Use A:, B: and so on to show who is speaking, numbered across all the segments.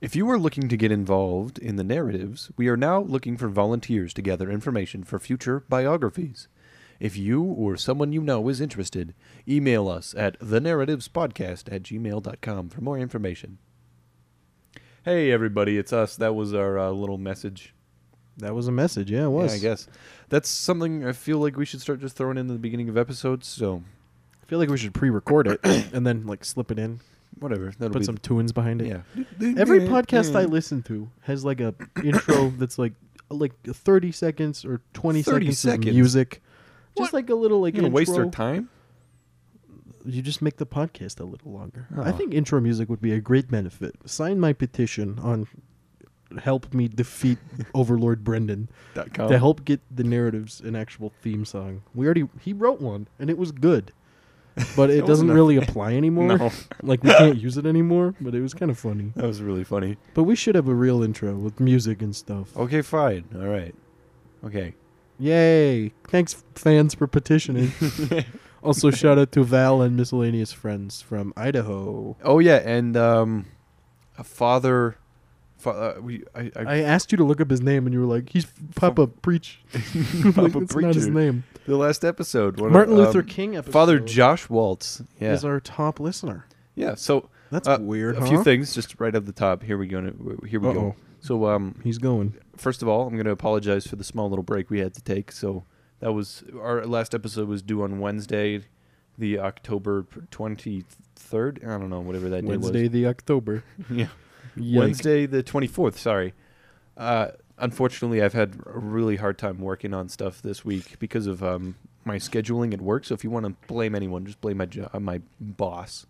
A: If you are looking to get involved in the narratives, we are now looking for volunteers to gather information for future biographies. If you or someone you know is interested, email us at thenarrativespodcast at gmail.com for more information. Hey, everybody, it's us. That was our uh, little message.
B: That was a message. Yeah, it was.
A: Yeah, I guess. That's something I feel like we should start just throwing in the beginning of episodes, so
B: I feel like we should pre-record it and then like slip it in,
A: whatever. That'll
B: put
A: be
B: some tunes behind it.
A: yeah.
B: Every podcast I listen to has like a intro that's like like 30 seconds or 20
A: 30
B: seconds,
A: seconds?
B: of music.
A: What?
B: Just like a little like
A: You're gonna waste our
B: intro.
A: time?
B: You just make the podcast a little longer. I
A: Oh.
B: think intro music would be a great benefit. Sign my petition on help me defeat Overlord Brendan
A: Dot com.
B: to help get the narratives an actual theme song. We already he wrote one and it was good. But it
A: That
B: doesn't
A: wasn't a-
B: really apply anymore.
A: No,
B: Like we can't use it anymore, but it was kind of funny.
A: that was really funny.
B: But we should have a real intro with music and stuff.
A: Okay, fine. All right. Okay.
B: Yay! Thanks, fans, for petitioning. also, shout out to Val and miscellaneous friends from Idaho.
A: Oh yeah, and um, a father. Fa- uh, we I, I,
B: I asked you to look up his name, and you were like, "He's Papa Preach." I'm like,
A: Papa
B: "That's not his
A: Preacher."
B: name.
A: the last episode. one of,
B: Martin Luther
A: um,
B: King episode.
A: Father Josh Waltz. Yeah.
B: is our top listener.
A: yeah. So
B: That's
A: Uh,
B: weird.
A: a few things just right up the top. Here we go. Here we
B: Uh-oh.
A: go. So um,
B: He's going.
A: first of all, I'm going to apologize for the small little break we had to take. So that was our last episode was due on Wednesday, the October 23rd. I don't know whatever that
B: Wednesday, the October.
A: day was. Yeah.
B: Yikes.
A: Wednesday the 24th, sorry. Uh, unfortunately, I've had a really hard time working on stuff this week because of um, my scheduling at work. So if you want to blame anyone, just blame my jo- uh, my boss.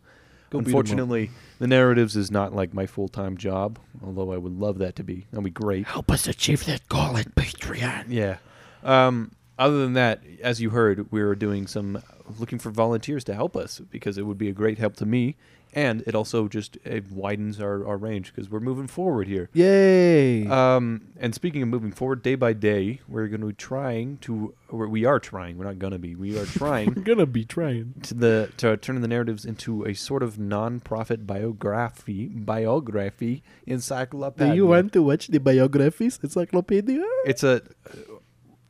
B: Go beat 'em up.
A: Unfortunately, the narratives is not like my full time job, although I would love that to be. That'd be great.
B: Help us achieve that goal at Patreon.
A: Yeah. Um, other than that, as you heard, we were doing some looking for volunteers to help us because it would be a great help to me, and it also just it widens our, our range because we're moving forward here.
B: Yay!
A: Um, and speaking of moving forward, day by day, we're going to be trying to. Or we are trying. We're not going to be. We are
B: We're
A: trying
B: gonna be trying.
A: to the to turn the narratives into a sort of non-profit biography, biography encyclopedia.
B: Do you want to watch the biographies encyclopedia?
A: It's a.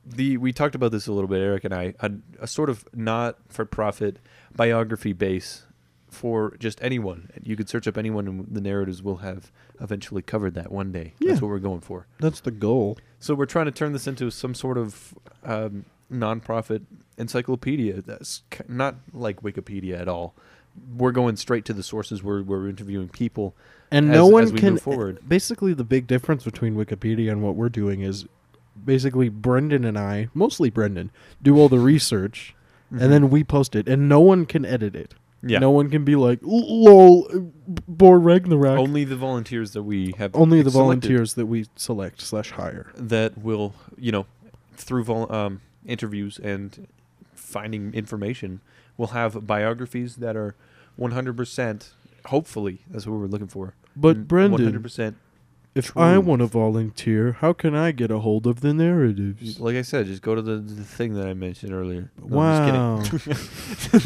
A: The we talked about this a little bit, Eric and I. A, a sort of not-for-profit biography base for just anyone. You could search up anyone, and the narratives will have eventually covered that one day.
B: Yeah.
A: That's what we're going for.
B: That's the goal.
A: So we're trying to turn this into some sort of um, nonprofit encyclopedia. That's ki- not like Wikipedia at all. We're going straight to the sources. We're we're interviewing people.
B: And
A: as-
B: no one
A: as we
B: can
A: move forward.
B: Basically, the big difference between Wikipedia and what we're doing is basically Brendan and I, mostly Brendan, do all the research and then we post it, and no one can edit it.
A: Yeah.
B: No one can be like, "L- lol, uh, bore Ragnarok. Only,
A: Only the volunteers that we have.
B: the
A: selected
B: volunteers that we select slash hire.
A: that will you know through vol- um, interviews and finding information will have biographies that are 100%. Hopefully, that's what we're looking for.
B: But
A: Mm,
B: Brendan,
A: 100%.
B: if I
A: true.
B: want to volunteer, how can I get a hold of the narratives?
A: Like I said, just go to the, the thing that I mentioned earlier. No, I'm just kidding.
B: wow,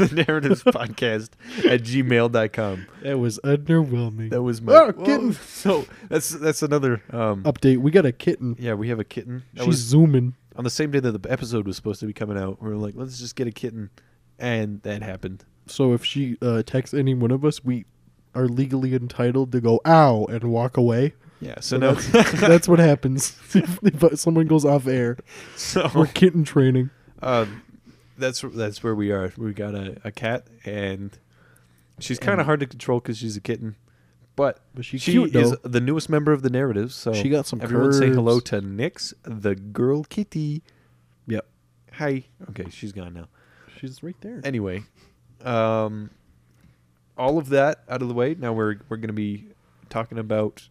A: the narratives podcast at gmail.com
B: that was underwhelming.
A: that was my
B: Oh,
A: Whoa.
B: kitten.
A: so that's that's another um
B: Update: We got a kitten.
A: yeah we have a kitten that
B: She's
A: was
B: zooming.
A: on the same day that the episode was supposed to be coming out we were like let's just get a kitten and that happened
B: So if she uh, texts any one of us, we are legally entitled to go ow and walk away.
A: yeah so
B: So
A: now
B: That's what happens if, if someone goes off air. We're
A: so
B: kitten training.
A: um that's that's where we are we got a, a cat and she's kind
B: And-
A: of hard to control because she's a kitten but
B: But
A: she
B: she's cute
A: is
B: though.
A: the newest member of the narratives so
B: she got some
A: Everyone say
B: curves.
A: hello to Nix, the girl kitty.
B: Yep.
A: Hi. Okay, she's gone now.
B: She's right there.
A: Anyway, um, all of that out of the way. Now we're we're gonna be talking about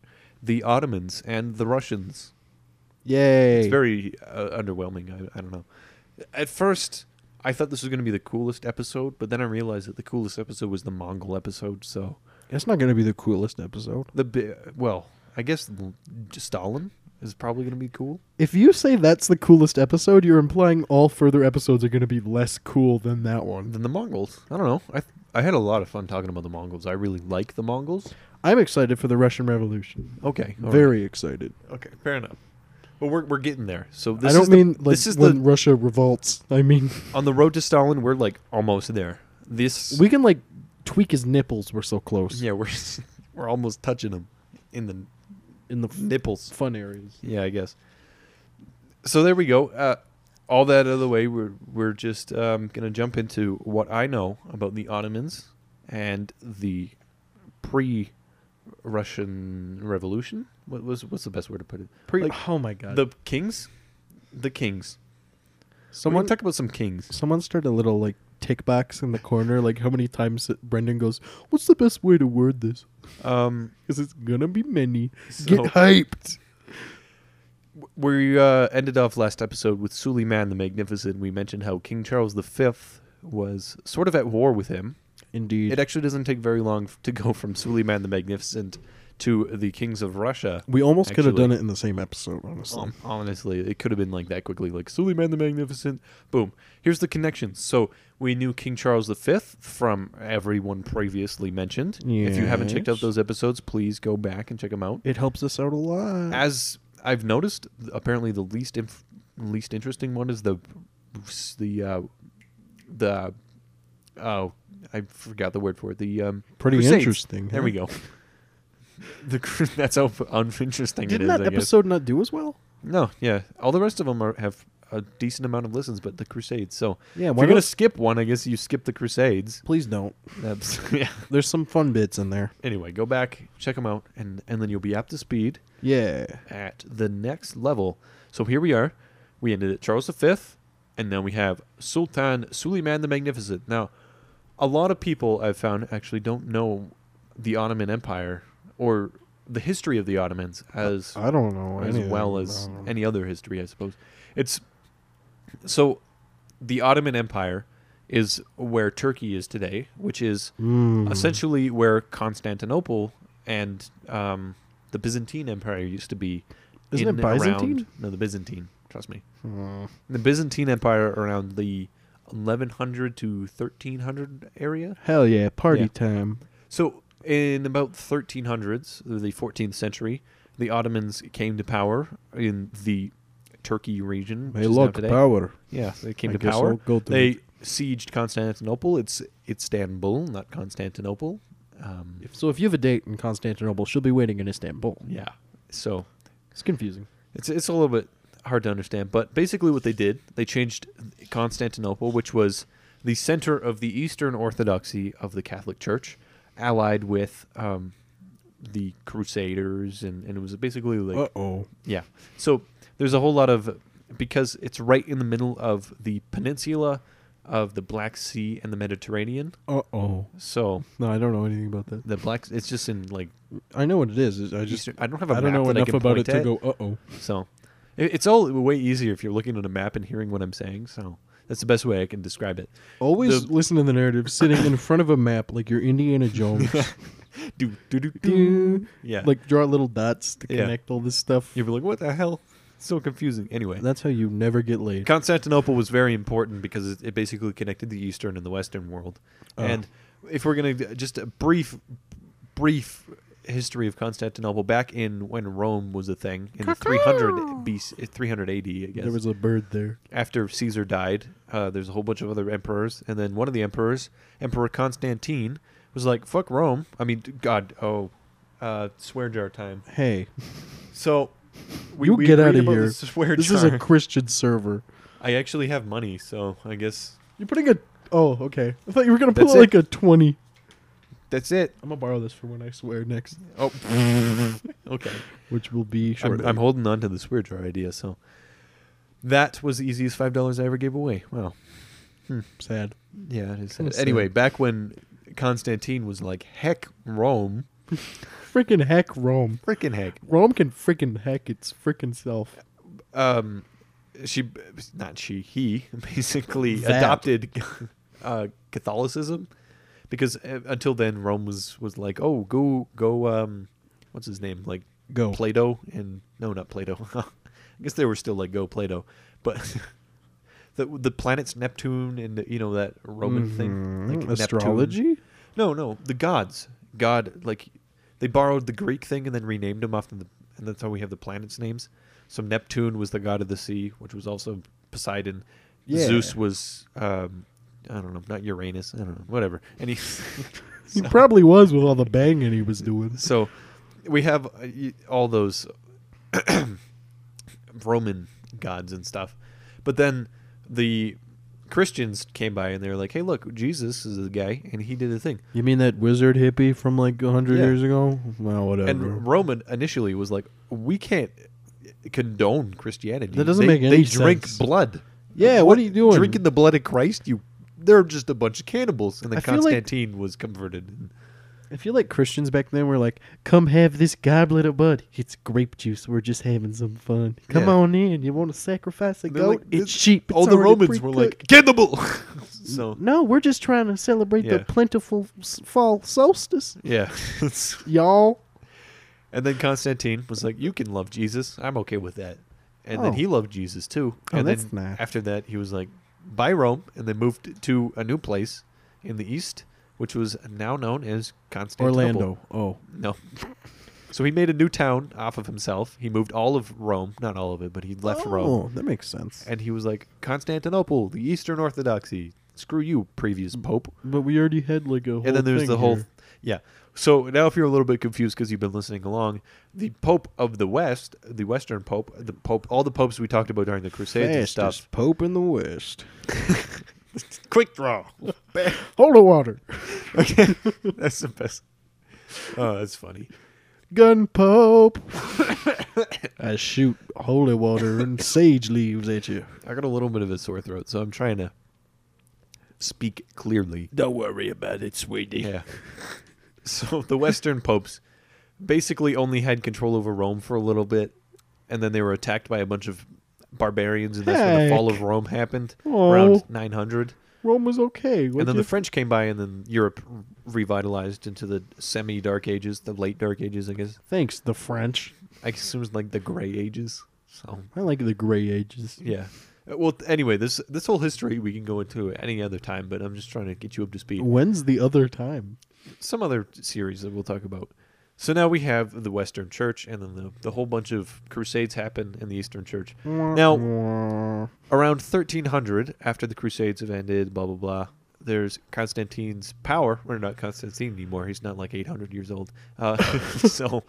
A: the Ottomans and the Russians.
B: Yay.
A: It's very uh, underwhelming. I, I don't know. At first, I thought this was gonna be the coolest episode, but then I realized that the coolest episode was the Mongol episode. So
B: That's not going to be the coolest episode.
A: the bi- well, I guess l- Stalin is probably going to be cool.
B: If you say that's the coolest episode, you're implying all further episodes are going to be less cool than that one.
A: Than the Mongols. I don't know. I th- I had a lot of fun talking about the Mongols. I really like the Mongols.
B: I'm excited for the Russian Revolution.
A: Okay. all right.
B: Very excited.
A: okay. Fair enough. But we're we're getting there. So this
B: I don't
A: is the-
B: mean like
A: this is
B: when
A: the
B: Russia revolts. I mean
A: on the road to Stalin. We're like almost there. This
B: we can like tweak his nipples. We're so close
A: yeah we're we're almost touching them in the
B: in the
A: nipples.
B: fun areas.
A: Yeah, I guess. So there we go. Uh, all that out of the way, we're we're just um, gonna jump into what I know about the Ottomans and the pre-Russian Revolution. What was what's the best way to put it?
B: Pre-
A: Like,
B: oh my god!
A: The kings, the kings. Someone
B: someone
A: talk about some kings.
B: someone started a little like tick box in the corner. Like how many times that Brendan goes, "What's the best way to word this?"
A: Um,
B: Because it's gonna be many.
A: so
B: Get hyped.
A: we uh, ended off last episode with Suleiman the Magnificent. We mentioned how King Charles V was sort of at war with him.
B: Indeed.
A: It actually doesn't take very long f- to go from Suleiman the Magnificent to the kings of Russia.
B: we almost could have
A: actually-
B: done it in the same episode, honestly.
A: Um, honestly, it could have been like that quickly, like Suleiman the Magnificent. Boom. Here's the connections. So we knew King Charles V from everyone previously mentioned. If you haven't checked out
B: Yes.
A: those episodes, please go back and check them out.
B: it helps us out a lot.
A: As I've noticed, th- apparently the least inf- least interesting one is the the uh, the oh I forgot the word for it. The um,
B: Pretty
A: Crusades.
B: interesting.
A: There
B: huh?
A: we go. The cru- that's how uninteresting it is.
B: Didn't that
A: I guess.
B: episode not do as well?
A: No, yeah. All the rest of them are, have a decent amount of listens, but the Crusades. So
B: Yeah.
A: if
B: Why
A: you're gonna
B: not?
A: skip one, I guess you skip the Crusades.
B: Please don't.
A: That's, yeah.
B: There's some fun bits in there.
A: Anyway, go back, check them out, and and then you'll be up to speed
B: Yeah.
A: at the next level. So here we are. We ended at Charles V, and then we have Sultan Suleiman the Magnificent. Now, a lot of people I've found actually don't know the Ottoman Empire or the history of the Ottomans as
B: I don't know.
A: as
B: anything
A: well as
B: about 'em.
A: any other history, I suppose. It's so the Ottoman Empire is where Turkey is today, which is
B: Mm.
A: essentially where Constantinople and um, the Byzantine Empire used to be.
B: Isn't
A: in
B: it
A: around-
B: Byzantine?
A: no, the Byzantine. Trust me.
B: Mm.
A: The Byzantine Empire around the 1100 to 1300 area.
B: Hell yeah! Party
A: Yeah.
B: time.
A: So in about 1300s, the 14th century, the Ottomans came to power in the Turkey region. Which
B: Hey,
A: is now
B: look,
A: today.
B: power.
A: Yeah, they came
B: I
A: to
B: guess
A: power.
B: I'll go to
A: They
B: it.
A: sieged Constantinople. It's it's Istanbul, not Constantinople. Um,
B: If- So if you have a date in Constantinople, she'll be waiting in Istanbul.
A: yeah. So
B: It's confusing.
A: It's it's a little bit hard to understand, but basically what they did, they changed Constantinople, which was the center of the Eastern Orthodoxy of the Catholic Church, allied with um, the Crusaders, and, and it was basically like
B: oh.
A: yeah. So there's a whole lot of because it's right in the middle of the peninsula of the Black Sea and the Mediterranean.
B: Uh oh.
A: So
B: No, I don't know anything about that.
A: the black it's just in like
B: I know what it is. is I just
A: Eastern, I don't have a
B: I don't
A: map
B: know
A: that
B: enough
A: can
B: about it
A: point
B: to
A: at.
B: go. Uh oh.
A: So it, it's all way easier if you're looking at a map and hearing what I'm saying. So that's the best way I can describe it.
B: Always
A: The-
B: listen to the narrative sitting in front of a map like you're Indiana Jones.
A: Do do do do.
B: Do.
A: Yeah.
B: Like draw little dots to
A: Yeah.
B: connect all this stuff.
A: you'd be like, what the hell? It's so confusing. Anyway,
B: That's how you never get laid.
A: Constantinople was very important because it, it basically connected the Eastern and the Western world.
B: Oh.
A: And if we're gonna d- just a brief, brief history of Constantinople back in when Rome was a thing in the 300 BC, 300 AD, I guess.
B: There was a bird there.
A: after Caesar died, uh, there's a whole bunch of other emperors, and then one of the emperors, Emperor Constantine, was like, "Fuck Rome." I mean, God, oh, uh, swear jar time.
B: Hey,
A: So we,
B: You
A: we
B: get
A: read
B: outta
A: about
B: here.
A: the swear
B: this
A: jar.
B: is a Christian server.
A: I actually have money, so I guess
B: You're putting a. Oh, okay. I thought you were gonna put
A: That's it.
B: like a twenty.
A: that's it.
B: I'm gonna borrow this for when I swear next,
A: Oh, okay.
B: which will be
A: I'm-
B: shortly.
A: I'm, holding on to the swear jar idea. So that was the easiest five dollars I ever gave away. Wow.
B: sad.
A: Yeah, it is.
B: Kinda
A: sad. Anyway,
B: sad.
A: back when Constantine was like, "Heck, Rome,
B: Freaking heck, Rome.
A: freaking heck."
B: Rome can freaking heck its freaking self.
A: um, she not she he basically
B: That.
A: adopted uh, Catholicism because uh, until then Rome was was like oh go go um what's his name like
B: Go.
A: Play-Doh and no, not Play-Doh. I guess they were still like Go Play-Doh, but the the planets Neptune and you know that Roman thing, like
B: Mhm.
A: Neptune.
B: Astrology?
A: No, no, the gods. God, like they borrowed the Greek thing and then renamed them after the, and that's how we have the planets' names. So Neptune was the god of the sea, which was also Poseidon.
B: Yeah.
A: Zeus was, um, I don't know, not Uranus. I don't know, whatever. And he,
B: He probably was with all the banging he was doing.
A: so we have uh, y- all those Roman gods and stuff. But then the Christians came by and they were like, "Hey, look, Jesus is the guy, and he did the thing."
B: You mean that wizard hippie from like a 100
A: Yeah.
B: years ago? Well, whatever.
A: And Roman initially was like, "We can't condone Christianity.
B: That doesn't
A: They-
B: make any
A: They drink
B: sense.
A: blood.
B: yeah, what, are you doing?
A: Drinking the blood of Christ? You, they're just a bunch of cannibals." And then
B: I feel like-
A: Constantine was converted.
B: I feel like Christians back then were like, "Come have this goblet of blood. It's grape juice. We're just having some fun. Come
A: Yeah.
B: on in. You want to sacrifice a
A: They're
B: goat?
A: like,
B: it's
A: "This-
B: sheep.
A: All
B: It's
A: the
B: already
A: Romans were
B: pre-cooked."
A: like cannibal. so
B: "No, we're just trying to celebrate
A: Yeah.
B: the plentiful s- fall solstice,
A: yeah,
B: y'all."
A: and then Constantine was like, "You can love Jesus. I'm okay with that." And then
B: Oh.
A: he loved Jesus too.
B: Oh,
A: and
B: that's
A: then
B: nice.
A: after that, he was like, "By Rome," and they moved to a new place in the east, which was now known as Constantinople.
B: Orlando. Oh,
A: No. So he made a new town off of himself. He moved all of Rome, not all of it, but he left Rome.
B: Oh, that makes sense.
A: And he was like, Constantinople, the Eastern Orthodoxy. Screw you, previous
B: Mm.
A: pope.
B: But we already had like a. Whole
A: And then there's
B: thing
A: the whole.
B: here.
A: Yeah. So now, if you're a little bit confused because you've been listening along, the Pope of the West, the Western Pope, the Pope, all the popes we talked about during the Crusades and
B: Fastest
A: stuff.
B: Pope in the West.
A: Quick draw.
B: Hold the water.
A: Okay. that's the best. Oh, that's funny.
B: Gun Pope. I shoot holy water and sage leaves at you.
A: I got a little bit of a sore throat, so I'm trying to speak clearly.
B: Don't worry about it, sweetie.
A: Yeah. so the Western popes basically only had control over Rome for a little bit, and then they were attacked by a bunch of barbarians, and that's when the fall of
B: Heck.
A: Rome happened
B: Oh.
A: around 900.
B: Rome was okay.
A: and then the French came by, and then Europe revitalized into the semi Dark Ages, the late Dark Ages, I guess.
B: Thanks, the French.
A: I guess it was like the Gray Ages. So
B: I like the Gray Ages.
A: yeah. Uh, Well, th- anyway, this this whole history we can go into at any other time, but I'm just trying to get you up to speed.
B: When's the other time?
A: some other series that we'll talk about. So now we have the Western Church, and then the, the whole bunch of crusades happen in the Eastern Church. Now,
B: Now,
A: around 1300, after the crusades have ended, blah, blah, blah, there's Constantine's power. We're not Constantine anymore. He's not like 800 years old. Uh, so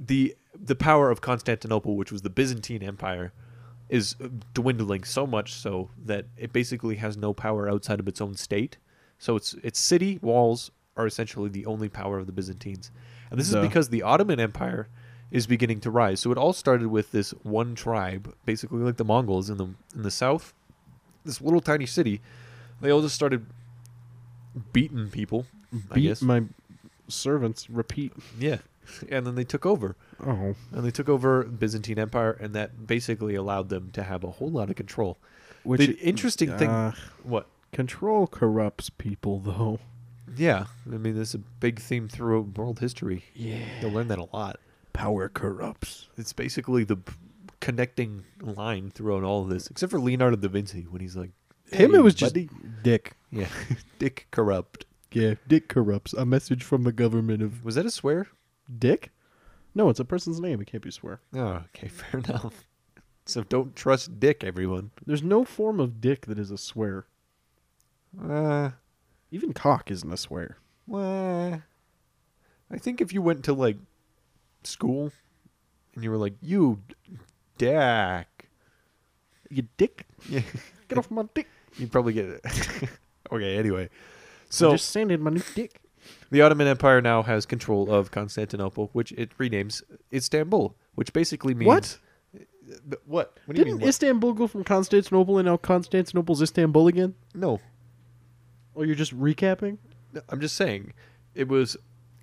A: the, the power of Constantinople, which was the Byzantine Empire, is dwindling so much so that it basically has no power outside of its own state. So its its city walls are essentially the only power of the Byzantines, and this
B: Duh.
A: is because the Ottoman Empire is beginning to rise. So it all started with this one tribe, basically like the Mongols in the in the south, this little tiny city. They all just started beating people. I
B: beat
A: guess.
B: my servants. Repeat.
A: Yeah, and then they took over
B: Oh,
A: and they took over Byzantine Empire, and that basically allowed them to have a whole lot of control.
B: which
A: the interesting thing,
B: uh,
A: what?
B: control corrupts people, though.
A: Yeah, I mean, that's a big theme throughout world history.
B: Yeah,
A: You'll learn that a lot.
B: power corrupts.
A: It's basically the p- connecting line throughout all of this, except for Leonardo da Vinci when he's like,
B: Him,
A: "Hey,
B: it was just
A: buddy."
B: Dick.
A: yeah, Dick corrupt.
B: Yeah, Dick corrupts. A message from the government of
A: Was that a swear?
B: Dick. No, it's a person's name. It can't be swear.
A: Oh, okay, fair enough. So don't trust Dick, everyone.
B: There's no form of dick that is a swear.
A: Uh,
B: Even cock isn't a swear.
A: Well, I think if you went to like school and you were like, "You d- dack,"
B: You dick.
A: Yeah.
B: Get off my dick.
A: you'd probably get it. okay. Anyway,
B: So
A: so
B: just sanded my new dick.
A: the Ottoman Empire now has control of Constantinople, which it renames Istanbul, which basically means
B: What?
A: Th- What? What do you
B: Didn't
A: mean? what?
B: Istanbul go from Constantinople and now Constantinople's Istanbul again?
A: no,
B: Or you're just recapping?
A: no, I'm just saying it was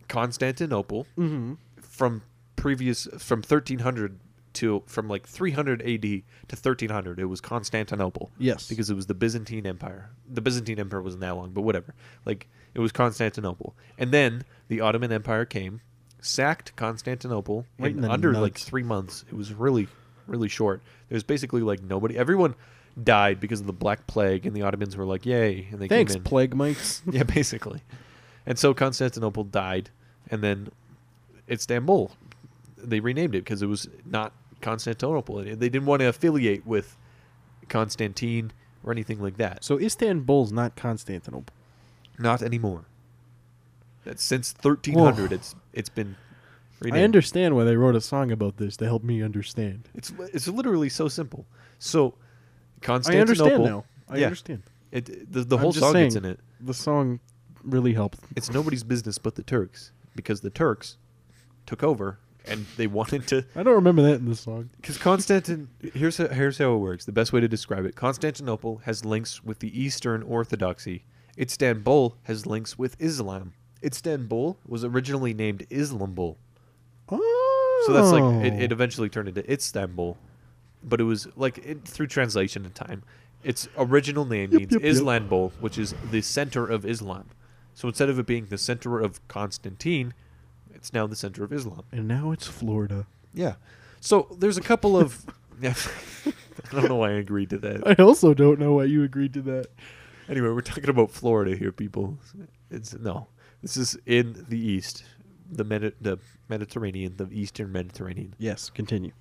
A: Constantinople
B: Mm-hmm.
A: from previous from 1300 to from like 300 AD to 1300 it was Constantinople
B: Yes.
A: because it was the Byzantine Empire the Byzantine Empire wasn't that long but whatever like it was Constantinople and then the Ottoman Empire came sacked Constantinople
B: Right in
A: in
B: the
A: under like
B: nuts.
A: three months. It was really, really short. There's basically like nobody. Everyone died because of the Black Plague, and the Ottomans were like, "Yay!" and they
B: Thanks,
A: came in.
B: plague mites.
A: yeah, basically. And so Constantinople died, and then Istanbul. They renamed it because it was not Constantinople, and they didn't want to affiliate with Constantine or anything like that.
B: So Istanbul's not Constantinople.
A: Not anymore. That since 1300, it's it's been renamed.
B: I understand why they wrote a song about this to help me understand.
A: It's it's literally so simple. So
B: I
A: Constantinople.
B: understand now. I
A: yeah,
B: understand.
A: It, the, the
B: I'm
A: whole
B: just
A: song that's in
B: saying.
A: it.
B: The song really helped.
A: It's nobody's business but the Turks because the Turks took over and they wanted to
B: I don't remember that in the song.
A: Because Constantin, here's how, here's how it works. The best way to describe it: Constantinople has links with the Eastern Orthodoxy. Istanbul has links with Islam. Istanbul was originally named Islambul,
B: Oh.
A: so that's like it, it eventually turned into Istanbul, but it was like it, through translation and time, its original name
B: Yep,
A: means
B: yep, yep.
A: Islambul, which is the center of Islam. So instead of it being the center of Constantine, it's now the center of Islam.
B: and now it's Florida.
A: Yeah. So there's a couple of. Yeah. I don't know why I agreed to that.
B: I also don't know why you agreed to that.
A: Anyway, we're talking about Florida here, people. It's no. This is in the east, the Medi- the Mediterranean, the eastern Mediterranean.
B: Yes, continue.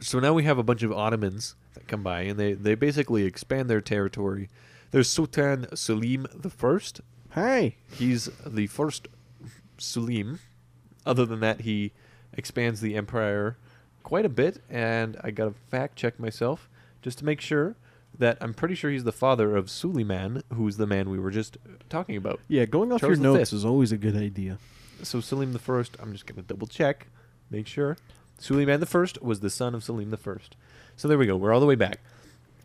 A: So now we have a bunch of Ottomans that come by, and they they basically expand their territory. There's Sultan Selim the First.
B: Hi.
A: He's the first Selim. Other than that, he expands the empire quite a bit, and I gotta fact check myself just to make sure that I'm pretty sure he's the father of Suleiman, who's the man we were just talking about.
B: Yeah, going off
A: Charles
B: your
A: the
B: notes
A: Fifth.
B: is always a good idea.
A: So Selim the First, I'm just gonna double check, make sure. Suleiman the First was the son of Selim the First. So there we go. We're all the way back.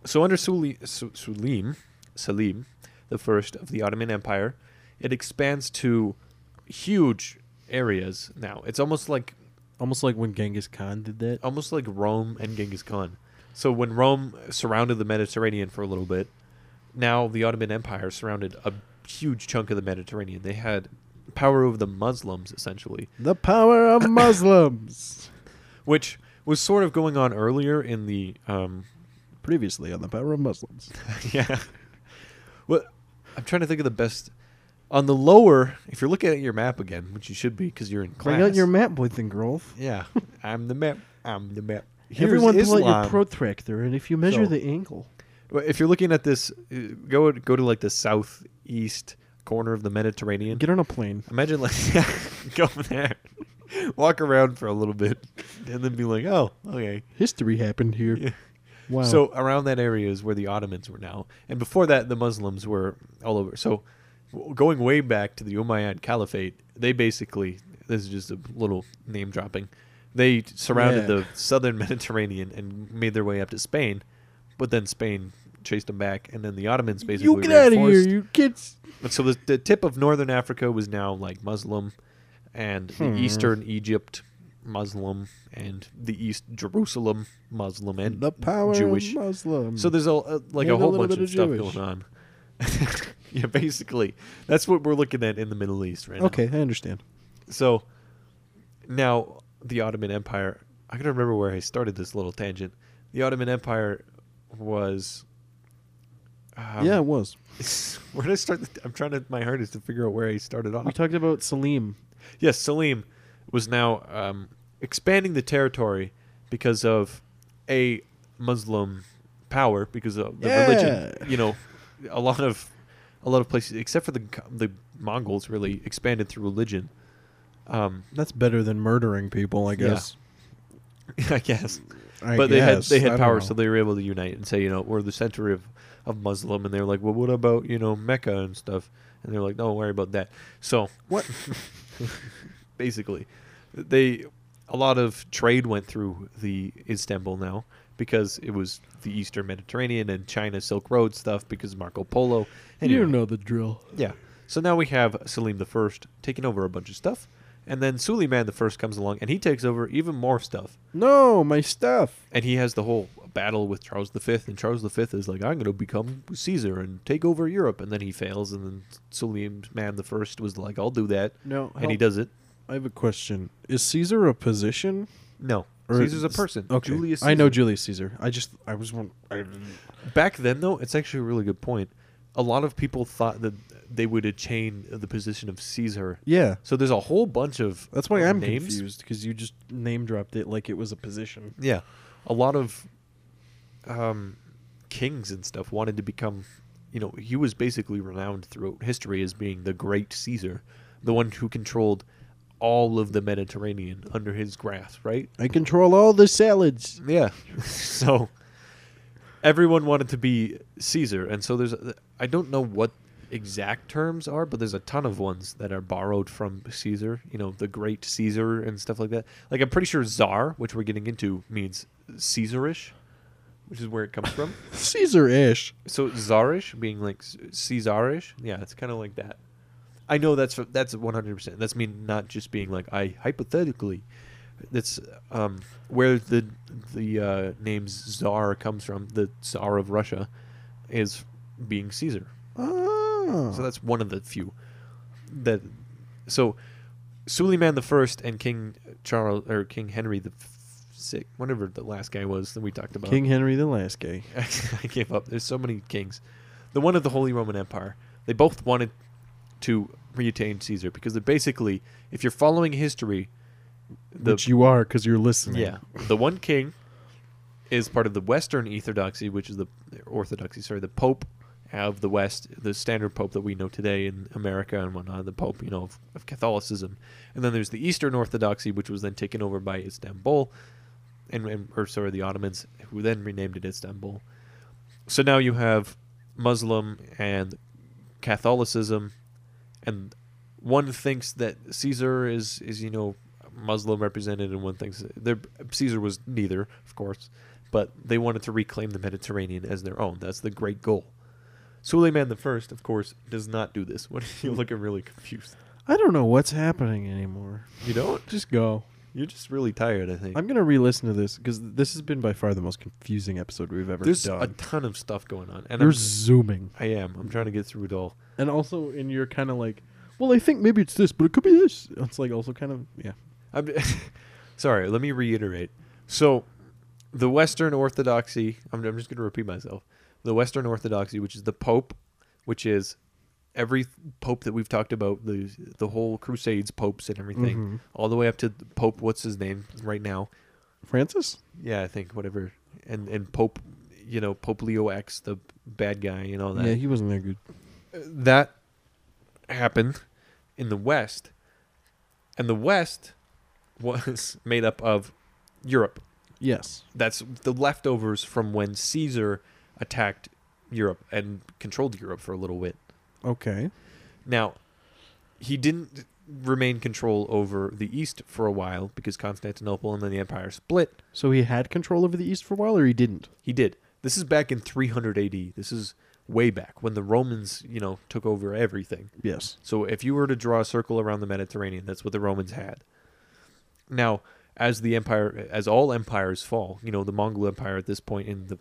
A: So under Suli- Su- Sulim, Selim the First of the Ottoman Empire, it expands to huge areas now. It's almost like
B: Almost like when Genghis Khan did that.
A: almost like Rome and Genghis Khan. So when Rome surrounded the Mediterranean for a little bit, now the Ottoman Empire surrounded a huge chunk of the Mediterranean. They had power over the Muslims essentially.
B: The power of Muslims.
A: which was sort of going on earlier in the um
B: Previously on the power of Muslims.
A: yeah well i'm trying to think of the best on the lower if you're looking at your map again which you should be because you're in class
B: Bring out your map, boys and girls.
A: yeah i'm the map i'm the map Here's
B: Everyone pull out
A: Islam.
B: your protractor, and if you measure
A: So-
B: the angle,
A: Well, if you're looking at this uh, go go to like the southeast corner of the mediterranean
B: get on a plane.
A: imagine like go there walk around for a little bit and then be like oh okay
B: History happened here.
A: Yeah.
B: Wow.
A: So around that area is where the Ottomans were now, and before that, the Muslims were all over. So w- going way back to the Umayyad Caliphate, they basically this is just a little name dropping. They t- surrounded
B: Yeah.
A: the southern Mediterranean and made their way up to Spain, but then Spain chased them back, and then the Ottomans basically
B: you get out of here,
A: reinforced-
B: you kids.
A: and so the, the tip of northern Africa was now like Muslim, and
B: Hmm.
A: the eastern Egypt Muslim, and the east Jerusalem Muslim, and
B: the power
A: Jewish.
B: of Muslims.
A: So there's a uh, like
B: Maybe
A: a
B: a
A: whole
B: little
A: bunch
B: bit
A: of
B: of
A: stuff
B: Jewish.
A: going on. yeah, basically, that's what we're looking at in the Middle East right now.
B: okay, I understand.
A: So now the Ottoman Empire. I gotta remember where I started this little tangent. The Ottoman Empire was. Um,
B: yeah, it was.
A: Where did I start? The, I'm trying to. My heart is to figure out where I started off.
B: We talked about Salim.
A: yes, Salim was now um, expanding the territory because of a Muslim power, because of the religion.
B: Yeah.
A: You know, a lot of a lot of places, except for the the Mongols, really expanded through religion. Um,
B: That's better than murdering people, I
A: Yeah.
B: guess.
A: I guess,
B: I
A: but they had
B: guess.
A: they
B: I
A: had
B: don't
A: power,
B: know.
A: so they were able to unite and say, you know, we're the center of of Muslim, and they're like, well, what about you know Mecca and stuff? And they're like, don't worry about that. So
B: what?
A: basically. They a lot of trade went through the Istanbul now because it was the Eastern Mediterranean and China Silk Road stuff because Marco Polo. Anyway,
B: You know the drill.
A: Yeah. So now we have Selim the First taking over a bunch of stuff, and then Suleiman the First comes along and he takes over even more stuff,
B: No, my stuff.
A: and he has the whole battle with Charles V, and Charles V is like, I'm going to become Caesar and take over Europe, and then he fails, and then Suleiman the First was like, I'll do that,
B: No,
A: and he does it.
B: I have a question. Is Caesar a position?
A: No.
B: Or
A: Caesar's a
B: is-
A: person.
B: Okay.
A: Julius
B: I know
A: Caesar.
B: Julius Caesar. I just I was one. I,
A: Back then, though, it's actually a really good point. A lot of people thought that they would attain the position of Caesar.
B: yeah.
A: So there's a whole bunch of
B: That's why
A: of
B: I'm
A: names.
B: confused because you just name dropped it like it was a position.
A: Yeah, a lot of um, kings and stuff wanted to become. You know, he was basically renowned throughout history as being the great Caesar, the one who controlled all of the Mediterranean under his grasp, right?
B: I control all the salads.
A: Yeah. so everyone wanted to be Caesar, and so there's a- I don't know what exact terms are, but there's a ton of ones that are borrowed from Caesar. You know, the Great Caesar and stuff like that. Like I'm pretty sure czar, which we're getting into, means Caesarish, which is where it comes from.
B: Caesar ish.
A: so czarish being like C- Caesarish, yeah, it's kind of like that. I know that's that's 100%. That's me not just being like I hypothetically. That's um, where the the uh, name czar comes from. The czar of Russia is being Caesar.
B: Oh.
A: So that's one of the few that. So, Suleiman the First and King Charles or King Henry the Sixth, whatever the last guy was that we talked about.
B: King Henry the last guy.
A: I gave up. There's so many kings. The one of the Holy Roman Empire. They both wanted to reattain Caesar because they're basically, if you're following history, the
B: Which you are because you're listening.
A: yeah, the one king is part of the Western Orthodoxy, which is the Orthodoxy. Sorry, the Pope of the West, the standard Pope that we know today in America and whatnot, the Pope, you know, of, of Catholicism. And then there's the Eastern Orthodoxy, which was then taken over by Istanbul, and, and or sorry, the Ottomans, who then renamed it Istanbul. So now you have Muslim and Catholicism, and one thinks that Caesar is is you know Muslim represented, and one thinks there Caesar was neither, of course, but they wanted to reclaim the Mediterranean as their own. That's the great goal. Suleiman the First, of course, does not do this. What are you looking really confused?
B: I don't know what's happening anymore.
A: You don't?
B: Just go.
A: You're just really tired, I think.
B: I'm gonna re-listen to this because this has been by far the most confusing episode we've ever
A: There's
B: done.
A: a ton of stuff going on, and
B: You're
A: I'm,
B: zooming,
A: I am. I'm trying to get through it all.
B: and also, and you're kind of like, well, I think maybe it's this, but it could be this. It's like also kind of yeah.
A: I'm sorry. Let me reiterate. So, the Western Orthodoxy. I'm, I'm just going to repeat myself. The Western Orthodoxy, which is the Pope, which is every Pope that we've talked about, the the whole Crusades popes and everything,
B: Mhm.
A: all the way up to the Pope. What's his name right now?
B: Francis,
A: Yeah, I think whatever. And and Pope, you know, Pope Leo X, the bad guy, and all that
B: yeah, he wasn't that good.
A: that happened in the West, and the West was made up of Europe.
B: Yes,
A: That's the leftovers from when Caesar attacked Europe and controlled Europe for a little bit.
B: okay,
A: Now, he didn't remain control over the East for a while because Constantinople and then the empire split.
B: so he had control over the East for a while, or he didn't.
A: He did. This is back in 300 AD. This is way back when the Romans, you know, took over everything.
B: Yes,
A: So if you were to draw a circle around the Mediterranean, that's what the Romans had. Now, as the empire, as all empires fall, you know the Mongol Empire at this point in the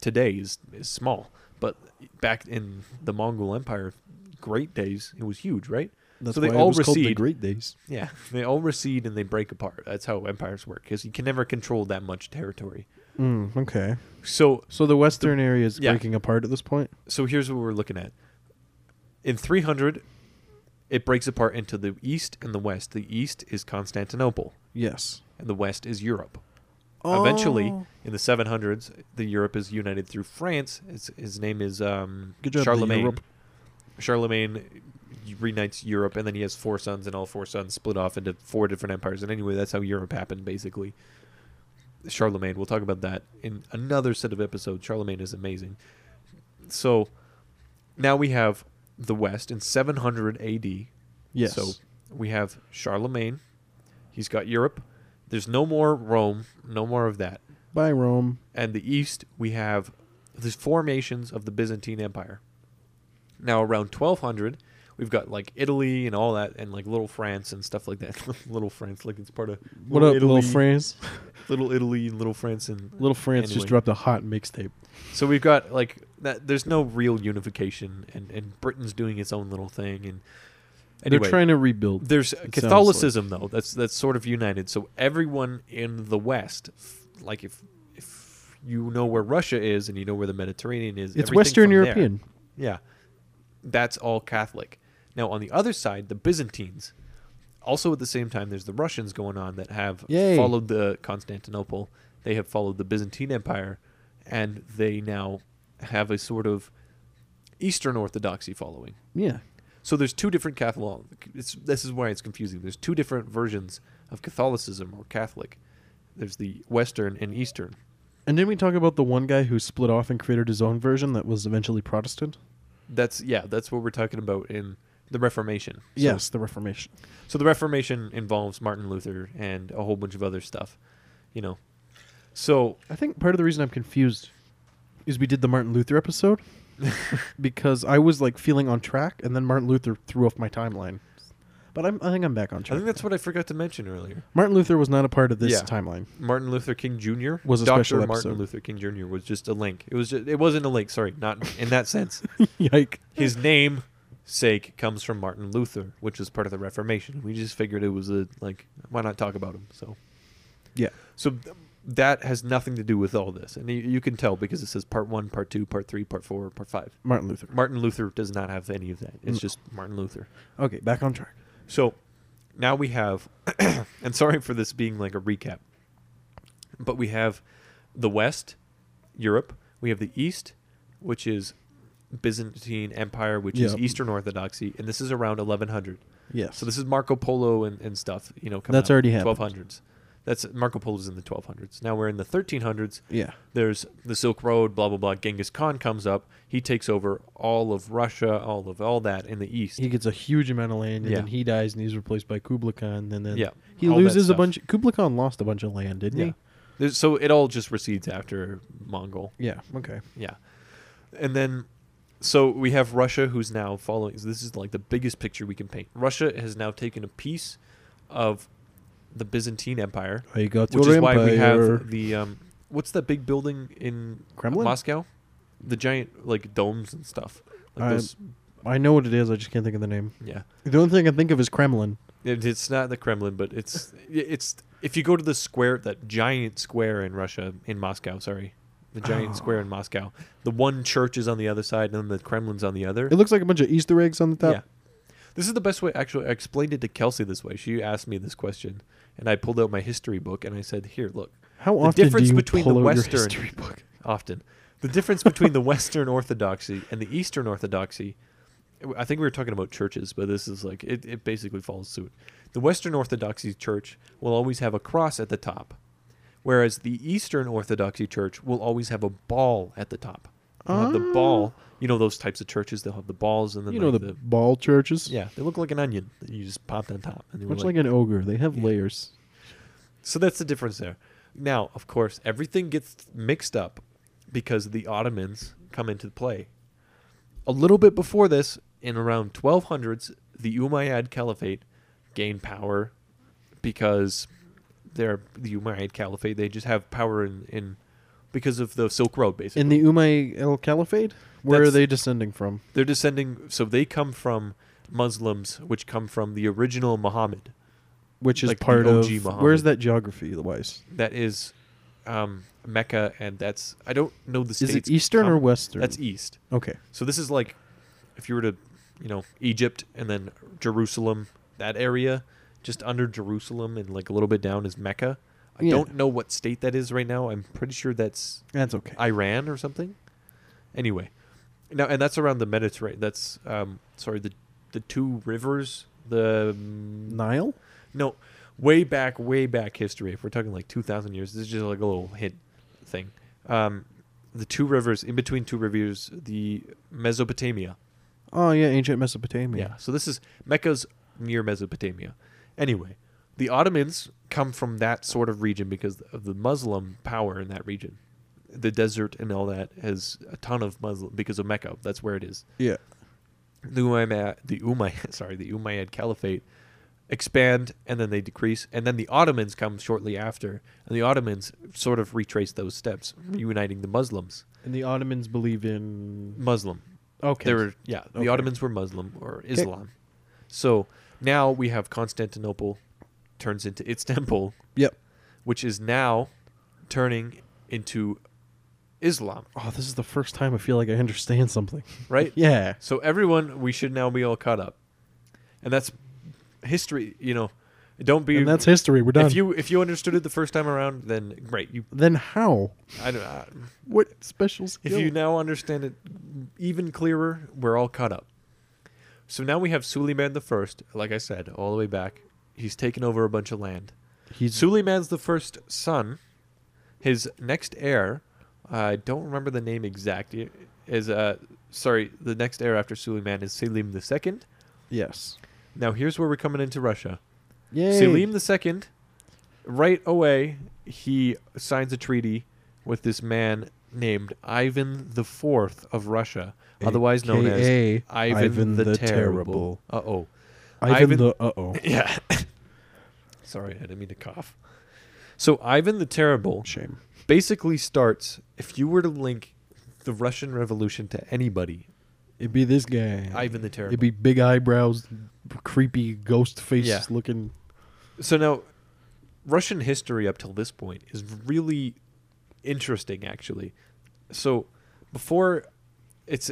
A: today is is small, but back in the Mongol Empire, great days it was huge, right?
B: that's
A: So they
B: why
A: all
B: it was called the
A: recede.
B: Great Days.
A: Yeah, they all recede and they break apart. That's how empires work, because you can never control that much territory.
B: Mm, okay,
A: So
B: so the Western area is
A: yeah.
B: breaking apart at this point.
A: so here's what we're looking at. In 300, it breaks apart into the east and the west. The east is Constantinople,
B: Yes,
A: and the west is Europe. Eventually,
B: Oh.
A: in the 700s, the Europe is united through France. His, his name is um,
B: Good job,
A: Charlemagne.
B: Europe.
A: Charlemagne reunites Europe, and then he has four sons, and all four sons split off into four different empires. And anyway, that's how Europe happened, basically. Charlemagne, we'll talk about that in another set of episodes. Charlemagne is amazing. So now we have the West in 700 AD.
B: yes,
A: So we have Charlemagne. He's got Europe. There's no more Rome, no more of that.
B: by Rome.
A: And the East, we have the formations of the Byzantine Empire. Now, around 1200, we've got like Italy and all that, and like little France and stuff like that. little France, like it's part of
B: What up, little
A: Italy-
B: France?
A: Little Italy and little France, and
B: Little France
A: Anyway.
B: just dropped a hot mixtape.
A: so we've got like that. There's no real unification, and and Britain's doing its own little thing, and Anyway,
B: They're trying to rebuild.
A: there's
B: sounds
A: Catholicism though. That's that's sort of united. So everyone in the West, f- like if if you know where Russia is and you know where the Mediterranean is,
B: it's
A: everything
B: Western
A: from there-
B: European.
A: yeah, that's all Catholic. Now on the other side, the Byzantines. Also at the same time, there's the Russians going on that have
B: Yay.
A: followed the Constantinople. They have followed the Byzantine Empire, and they now have a sort of Eastern Orthodoxy following.
B: Yeah.
A: So there's two different Catholic. It's, this is why it's confusing. There's two different versions of Catholicism or Catholic. There's the Western and Eastern.
B: And didn't we talk about the one guy who split off and created his own version that was eventually Protestant?
A: That's yeah. That's what we're talking about in the Reformation. So-
B: yes, the Reformation.
A: So the Reformation involves Martin Luther and a whole bunch of other stuff. You know. So
B: I think part of the reason I'm confused is we did the Martin Luther episode because I was like feeling on track, and then Martin Luther threw off my timeline. But I'm, I think I'm back on
A: I
B: track.
A: think that's what I forgot to mention earlier.
B: Martin Luther was not a part of this
A: Yeah.
B: timeline.
A: Martin Luther King Jr.
B: Was a
A: Dr.
B: special
A: Martin
B: episode.
A: Luther King Jr. was just a link. It was just, it wasn't a link. Sorry, not in that sense.
B: Yike!
A: His name sake comes from Martin Luther, which was part of the Reformation. We just figured it was a like why not talk about him? So
B: Yeah.
A: so th- that has nothing to do with all this. And you, you can tell because it says part 1, part 2, part 3, part 4, part 5.
B: Martin Luther.
A: Martin Luther does not have any of that. It's
B: No.
A: just Martin Luther.
B: Okay, back on track.
A: So now we have and sorry for this being like a recap. But we have the West, Europe, we have the East, which is Byzantine Empire, which is
B: Yep.
A: Eastern Orthodoxy, and this is around 1100.
B: Yes.
A: So this is Marco Polo and, and stuff, you know, coming
B: That's
A: up,
B: already happened.
A: 1200s. That's Marco Polo's in the 1200s. Now we're in the 1300s.
B: yeah.
A: There's the Silk Road, blah blah blah. Genghis Khan comes up. He takes over all of Russia, all of all that in the east.
B: He gets a huge amount of land, and
A: Yeah.
B: then he dies, and he's replaced by Kublai Khan, and then
A: Yeah,
B: he
A: all that
B: loses a
A: stuff.
B: bunch. Kublai Khan lost a bunch of land, didn't
A: yeah. There's, so it all just recedes after Mongol.
B: he? Yeah. Okay.
A: Yeah. And then so we have Russia who's now following this is like the biggest picture we can paint. Russia has now taken a piece of the Byzantine Empire,
B: I got
A: which
B: your
A: is why we
B: empire.
A: have the um what's that big building in
B: Kremlin?
A: Moscow? The giant like domes and stuff. Like
B: I-
A: those
B: I know what it is. I just can't think of the name.
A: yeah.
B: The only thing I can think of is Kremlin.
A: It, it's not the Kremlin, but it's it's if you go to the square, that giant square in Russia, in Moscow, sorry, the giant
B: Oh.
A: square in Moscow, the one church is on the other side, and then the Kremlin's on the other.
B: It looks like a bunch of Easter eggs on the top.
A: Yeah. This is the best way. Actually, I explained it to Kelsey this way. She asked me this question, and I pulled out my history book and I said, "Here, look."
B: How
A: The
B: often
A: difference
B: do you
A: between
B: pull
A: the
B: out your
A: Western-
B: history book?
A: Often, the difference between the Western Orthodoxy and the Eastern Orthodoxy. I think we were talking about churches, but this is like it, it basically follows suit. The Western Orthodoxy Church will always have a cross at the top, whereas the Eastern Orthodoxy Church will always have a ball at the top. They'll have the
B: Ah.
A: ball. You know those types of churches. They'll have the balls and then
B: You know the,
A: like, the,
B: ball churches?
A: yeah. They look like an onion that you just pop on top. And they were
B: Much like, an ogre. They have
A: Yeah.
B: layers.
A: So that's the difference there. Now, of course, everything gets mixed up because the Ottomans come into play. A little bit before this, in around 1200s, the Umayyad Caliphate gained power because they're the Umayyad Caliphate. They just have power in, in because of the Silk Road, basically.
B: In the Umayyad el Caliphate? Where are
A: That's-
B: they descending from?
A: they're descending, so they come from Muslims, which come from the original Muhammad.
B: Which is
A: Like the
B: part of.
A: OG Muhammad.
B: Where's that geography wise?
A: That is um, Mecca, and that's I don't know the states.
B: Is it Eastern
A: come-
B: or Western?
A: That's east.
B: Okay.
A: So this is like if you were to, you know, Egypt and then Jerusalem, that area, just under Jerusalem and like a little bit down is Mecca. I
B: Yeah.
A: don't know what state that is right now. I'm pretty sure that's
B: That's okay.
A: Iran or something. Anyway, now and that's around the Mediterranean. That's um sorry the the two rivers the mm,
B: Nile?
A: no way back way back history. If we're talking like two thousand years, this is just like a little hint thing. Um, the two rivers in between two rivers, the Mesopotamia.
B: Oh, yeah, ancient Mesopotamia.
A: Yeah. So this is Mecca's near Mesopotamia. Anyway, the Ottomans come from that sort of region because of the Muslim power in that region. The desert and all that has a ton of Muslim because of Mecca. That's where it is.
B: Yeah.
A: The Umayyad, the Umayyad, sorry, the Umayyad Caliphate expand and then they decrease and then the Ottomans come shortly after and the Ottomans sort of retrace those steps
B: Mm-hmm.
A: reuniting the Muslims
B: And the Ottomans believe in.
A: Muslim
B: Okay.
A: they were yeah. The
B: Okay.
A: Ottomans were Muslim or Islam. So now we have Constantinople turns into its temple,
B: Yep.
A: which is now turning into Islam,
B: Oh, this is the first time I feel like I understand something.
A: right?
B: Yeah.
A: So everyone, we should now be all caught up, and that's history. You know, don't be.
B: and that's history. We're done.
A: if you if you understood it the first time around, then great. You,
B: then how?
A: I don't. I,
B: What special skill?
A: if you now understand it even clearer, we're all caught up. So now we have Suleiman the first. Like I said, all the way back, he's taken over a bunch of land.
B: He's
A: Suleiman's the first son. His next heir, I don't remember the name exact. i- Is uh, sorry, the next heir after Suleiman is Selim the second.
B: yes.
A: Now here's where we're coming into Russia.
B: Yay.
A: Selim the second, right away, he signs a treaty with this man named Ivan the Fourth of Russia, otherwise known as
B: AKA
A: Ivan, the, Terrible. Uh oh.
B: Ivan,
A: Ivan-
B: the uh oh.
A: Yeah. Sorry, I didn't mean to cough. So Ivan the Terrible
B: Shame.
A: basically starts. If you were to link the Russian Revolution to anybody,
B: It'd be this guy.
A: Ivan the Terrible.
B: It'd be big eyebrows, creepy ghost face
A: Yeah.
B: looking.
A: So now, Russian history up till this point is really interesting, actually. So before it's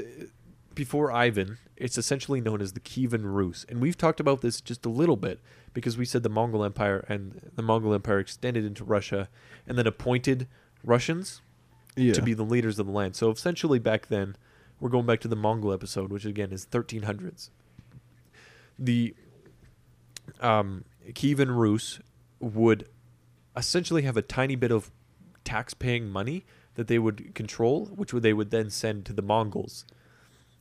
A: before Ivan, it's essentially known as the Kievan Rus, and we've talked about this just a little bit because we said the Mongol Empire and the Mongol Empire extended into Russia, and then appointed Russians
B: Yeah.
A: to be the leaders of the land. So essentially, back then, we're going back to the Mongol episode, which again is 1300s. The um, Kievan Rus would essentially have a tiny bit of tax-paying money that they would control, which would they would then send to the Mongols.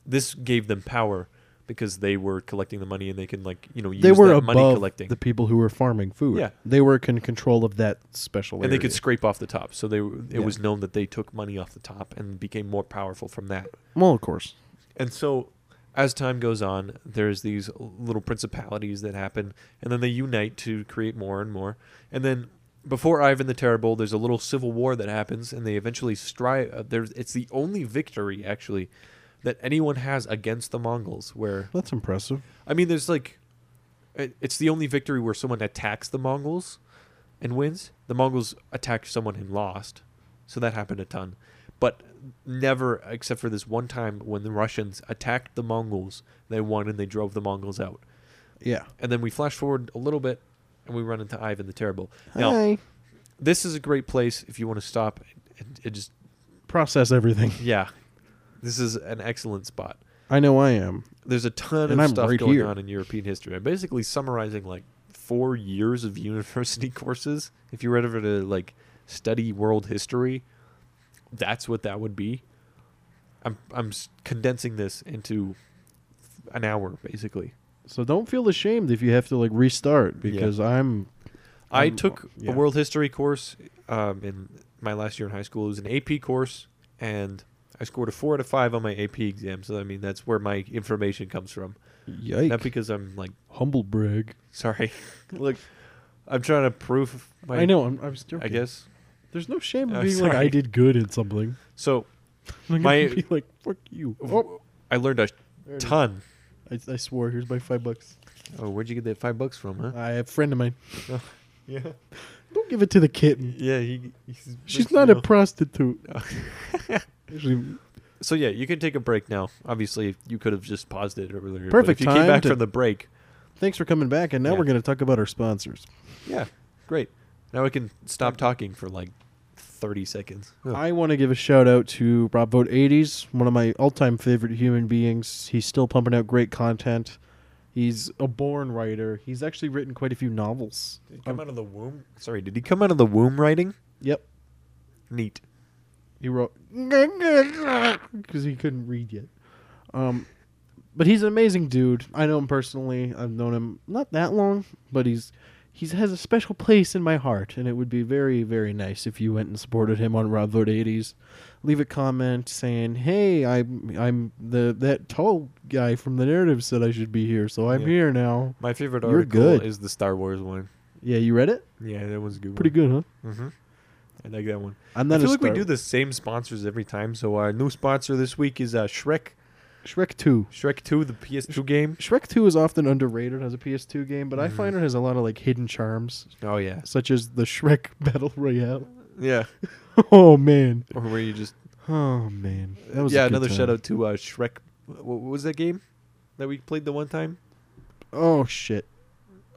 A: This gave them power because they were collecting the money and they can like you know use
B: they were
A: that
B: above
A: money collecting
B: the people who were farming food.
A: Yeah.
B: They were in control of that special
A: and they could
B: area.
A: scrape off the top. So they it
B: Yeah.
A: was known that they took money off the top and became more powerful from that.
B: well, of course.
A: And so, as time goes on, there's these little principalities that happen, and then they unite to create more and more. And then, before Ivan the Terrible, there's a little civil war that happens, and they eventually strive. Uh, there's, it's the only victory, actually, that anyone has against the Mongols. Where,
B: That's impressive.
A: I mean, there's like. it- It's the only victory where someone attacks the Mongols and wins. The Mongols attacked someone and lost. So that happened a ton. But never, except for this one time when the Russians attacked the Mongols, they won and they drove the Mongols out.
B: Yeah.
A: And then we flash forward a little bit and we run into Ivan the Terrible. Now,
B: Hi.
A: this is a great place if you want to stop and, and just,
B: Process everything.
A: yeah, this is an excellent spot.
B: I know I am.
A: There's a ton
B: And
A: of
B: I'm
A: stuff
B: right
A: going
B: here.
A: on in European history. I'm basically summarizing like four years of university courses. If you were ever to like study world history, that's what that would be. I'm I'm s- condensing this into an hour basically.
B: So don't feel ashamed if you have to like restart because I'm
A: I
B: Um,
A: took
B: yeah.
A: a world history course um, in my last year in high school. It was an AP course, and I scored a four out of five on my AP exam. So I mean, that's where my information comes from.
B: yikes.
A: Not because I'm like
B: humble brag.
A: Sorry. Look, I'm trying to prove my.
B: I know. I'm, I'm joking.
A: I guess.
B: there's no shame in
A: Oh,
B: being like
A: sorry.
B: I did good in something.
A: So
B: I'm
A: My-
B: gonna be like fuck you. Oh.
A: w- I learned a
B: There it is.
A: ton.
B: I, I swore. Here's my five bucks.
A: Oh, where'd you get that five bucks from, huh?
B: I have a friend of mine.
A: Yeah.
B: Don't give it to the kitten.
A: Yeah. He, he's
B: She's
A: makes
B: not
A: me
B: a
A: know.
B: prostitute. Actually,
A: so yeah, you can take a break now. Obviously, you could have just paused it earlier. but
B: Perfect
A: If you came
B: time
A: back
B: to-
A: from the break.
B: thanks for coming back, and now
A: Yeah.
B: we're going to talk about our sponsors.
A: Yeah. Great. Now I can stop talking for like 30 seconds. Oh,
B: I want to give a shout out to Rob Vote 80s, one of my all time favorite human beings. He's still pumping out great content. He's a born writer. He's actually written quite a few novels.
A: did he come out of the womb? Sorry, did he come out of the womb writing?
B: Yep.
A: Neat.
B: He wrote because he couldn't read yet. Um, but he's an amazing dude. I know him personally. I've known him not that long, but he's he's has a special place in my heart, and it would be very very nice if you went and supported him on Rob Vote 80s. Leave a comment saying, "Hey, I'm I'm the that tall guy from the narrative said I should be here, so I'm
A: Yeah.
B: here now."
A: My favorite
B: You're
A: article
B: good.
A: is the Star Wars one.
B: Yeah, you read it?
A: Yeah, that one's a good
B: Pretty good, huh?
A: one. hmm I like that one.
B: I'm not
A: I feel
B: a
A: like we
B: Star-
A: do the same sponsors every time. So our new sponsor this week is uh, Shrek.
B: Shrek 2.
A: Shrek 2, the PS2 game.
B: Shrek 2 is often underrated as a PS2 game, but I find it has a lot of like hidden charms,
A: Oh, yeah.
B: such as the Shrek Battle Royale.
A: Yeah.
B: oh man.
A: Or where you just.
B: Oh man. That was a
A: yeah,
B: good
A: another
B: time.
A: shout out to uh, Shrek. What, what was that game that we played the one time?
B: Oh shit.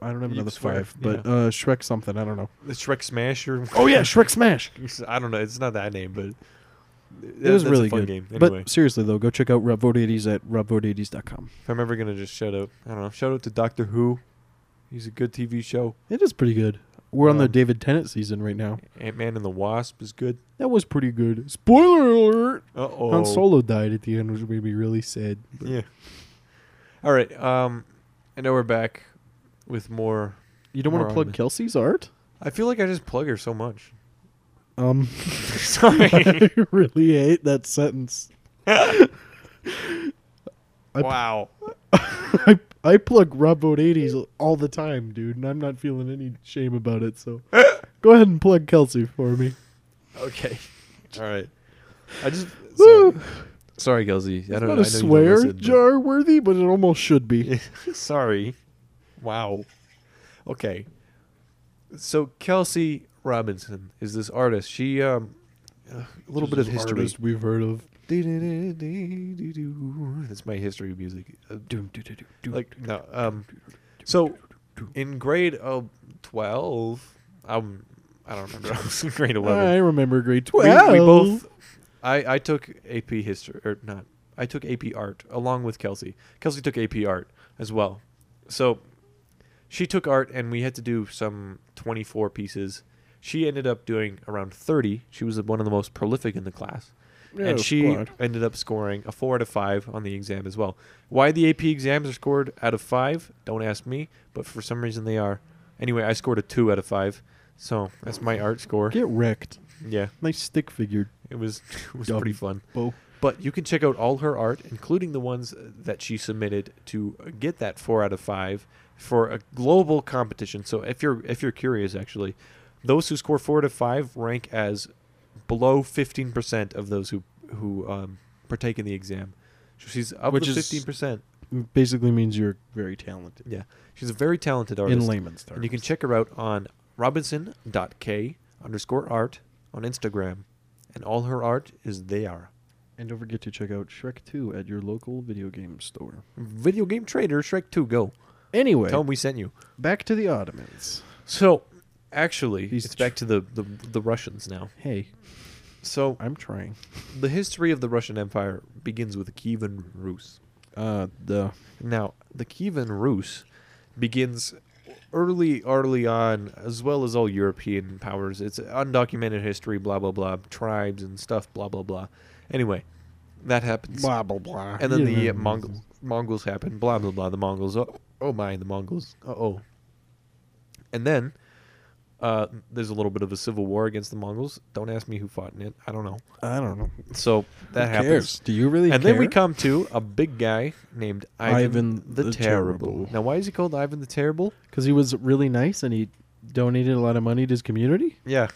B: I don't have
A: You
B: another
A: swear,
B: five, but
A: yeah.
B: uh, Shrek something. I don't know.
A: The Shrek Smash or.
B: Oh yeah, Shrek Smash.
A: I don't know. It's not that name, but.
B: It was really
A: a fun
B: good.
A: game. Anyway,
B: But seriously though, go check out Rob Vordates at robvordates.com.
A: if I'm ever going to just shout out, I don't know, shout out to Doctor Who. He's a good TV show.
B: It is pretty good. We're on the
A: Um,
B: David Tennant season right now.
A: Ant Man and the Wasp is good.
B: That was pretty good. Spoiler alert!
A: Uh oh.
B: Han Solo died at the end, which made me really sad.
A: Yeah. All right. Um, I know we're back with more.
B: You don't want
A: We're
B: to
A: on
B: plug
A: the-
B: Kelsey's art?
A: I feel like I just plug her so much.
B: Um,
A: Sorry.
B: I really hate that sentence. I-
A: wow.
B: I, I plug Rob Eighties all the time, dude, and I'm not feeling any shame about it. So go ahead and plug Kelsey for me.
A: Okay. All right. I just. Sorry,
B: Woo!
A: sorry Kelsey. I
B: It's
A: don't
B: not
A: know.
B: a swear jar worthy, but it almost should be.
A: sorry. Wow. Okay. So Kelsey Robinson is this artist. She um, a little bit of history.
B: Artist we've heard of.
A: That's my history music. Uh, like no um so in grade uh, 12 um i don't remember i was in grade 11
B: I remember grade
A: We-
B: twelve.
A: We, both i i took ap history or not i took ap art along with kelsey kelsey took ap art as well so she took art and we had to do some 24 pieces she ended up doing around 30 she was one of the most prolific in the class
B: Yeah,
A: and she
B: Oh, squad.
A: ended up scoring a four out of five on the exam as well. Why the AP exams are scored out of five? Don't ask me, but for some reason they are. Anyway, I scored a two out of five, so that's my art score.
B: get wrecked.
A: Yeah,
B: Nice stick figure,
A: it was it was
B: Dumb.
A: pretty fun.
B: Bo.
A: But you can check out all her art, including the ones that she submitted to get that four out of five for a global competition. So if you're if you're curious, actually, those who score four out of five rank as below fifteen percent of those who who um, partake in the exam. So she's up
B: Which
A: to
B: is-
A: fifteen percent.
B: Basically means you're very talented.
A: Yeah, she's a very talented
B: In
A: artist.
B: layman's terms.
A: And you can check her out on robinson.k underscore art on Instagram. And all her art is there.
B: And don't forget to check out Shrek 2 at your local video game store.
A: Video game trader Shrek 2, go.
B: Anyway,
A: Tell 'em we sent you.
B: back to the Ottomans.
A: So, actually,
B: These
A: it's back to the, the, the Russians now.
B: Hey,
A: So,
B: I'm trying.
A: the history of the Russian Empire begins with the Kievan Rus.
B: Uh, the
A: Now, the Kievan Rus begins early, early on, as well as all European powers. It's undocumented history, blah, blah, blah, tribes and stuff, blah, blah, blah. Anyway, that happens.
B: blah blah blah.
A: And then
B: You
A: the uh,
B: know.
A: Mongols, Mongols happen, blah, blah, blah, the Mongols. Oh, oh my, the Mongols. Uh oh. And then uh, there's a little bit of a civil war against the Mongols. Don't ask me who fought in it. I don't know.
B: I don't know.
A: So that
B: Who
A: happens.
B: cares? Do you really?
A: And then we
B: care?
A: come to a big guy named Ivan,
B: Ivan
A: the,
B: the
A: Terrible.
B: Terrible.
A: Now, why is he called Ivan the Terrible?
B: because he was really nice and he donated a lot of money to his community.
A: Yeah,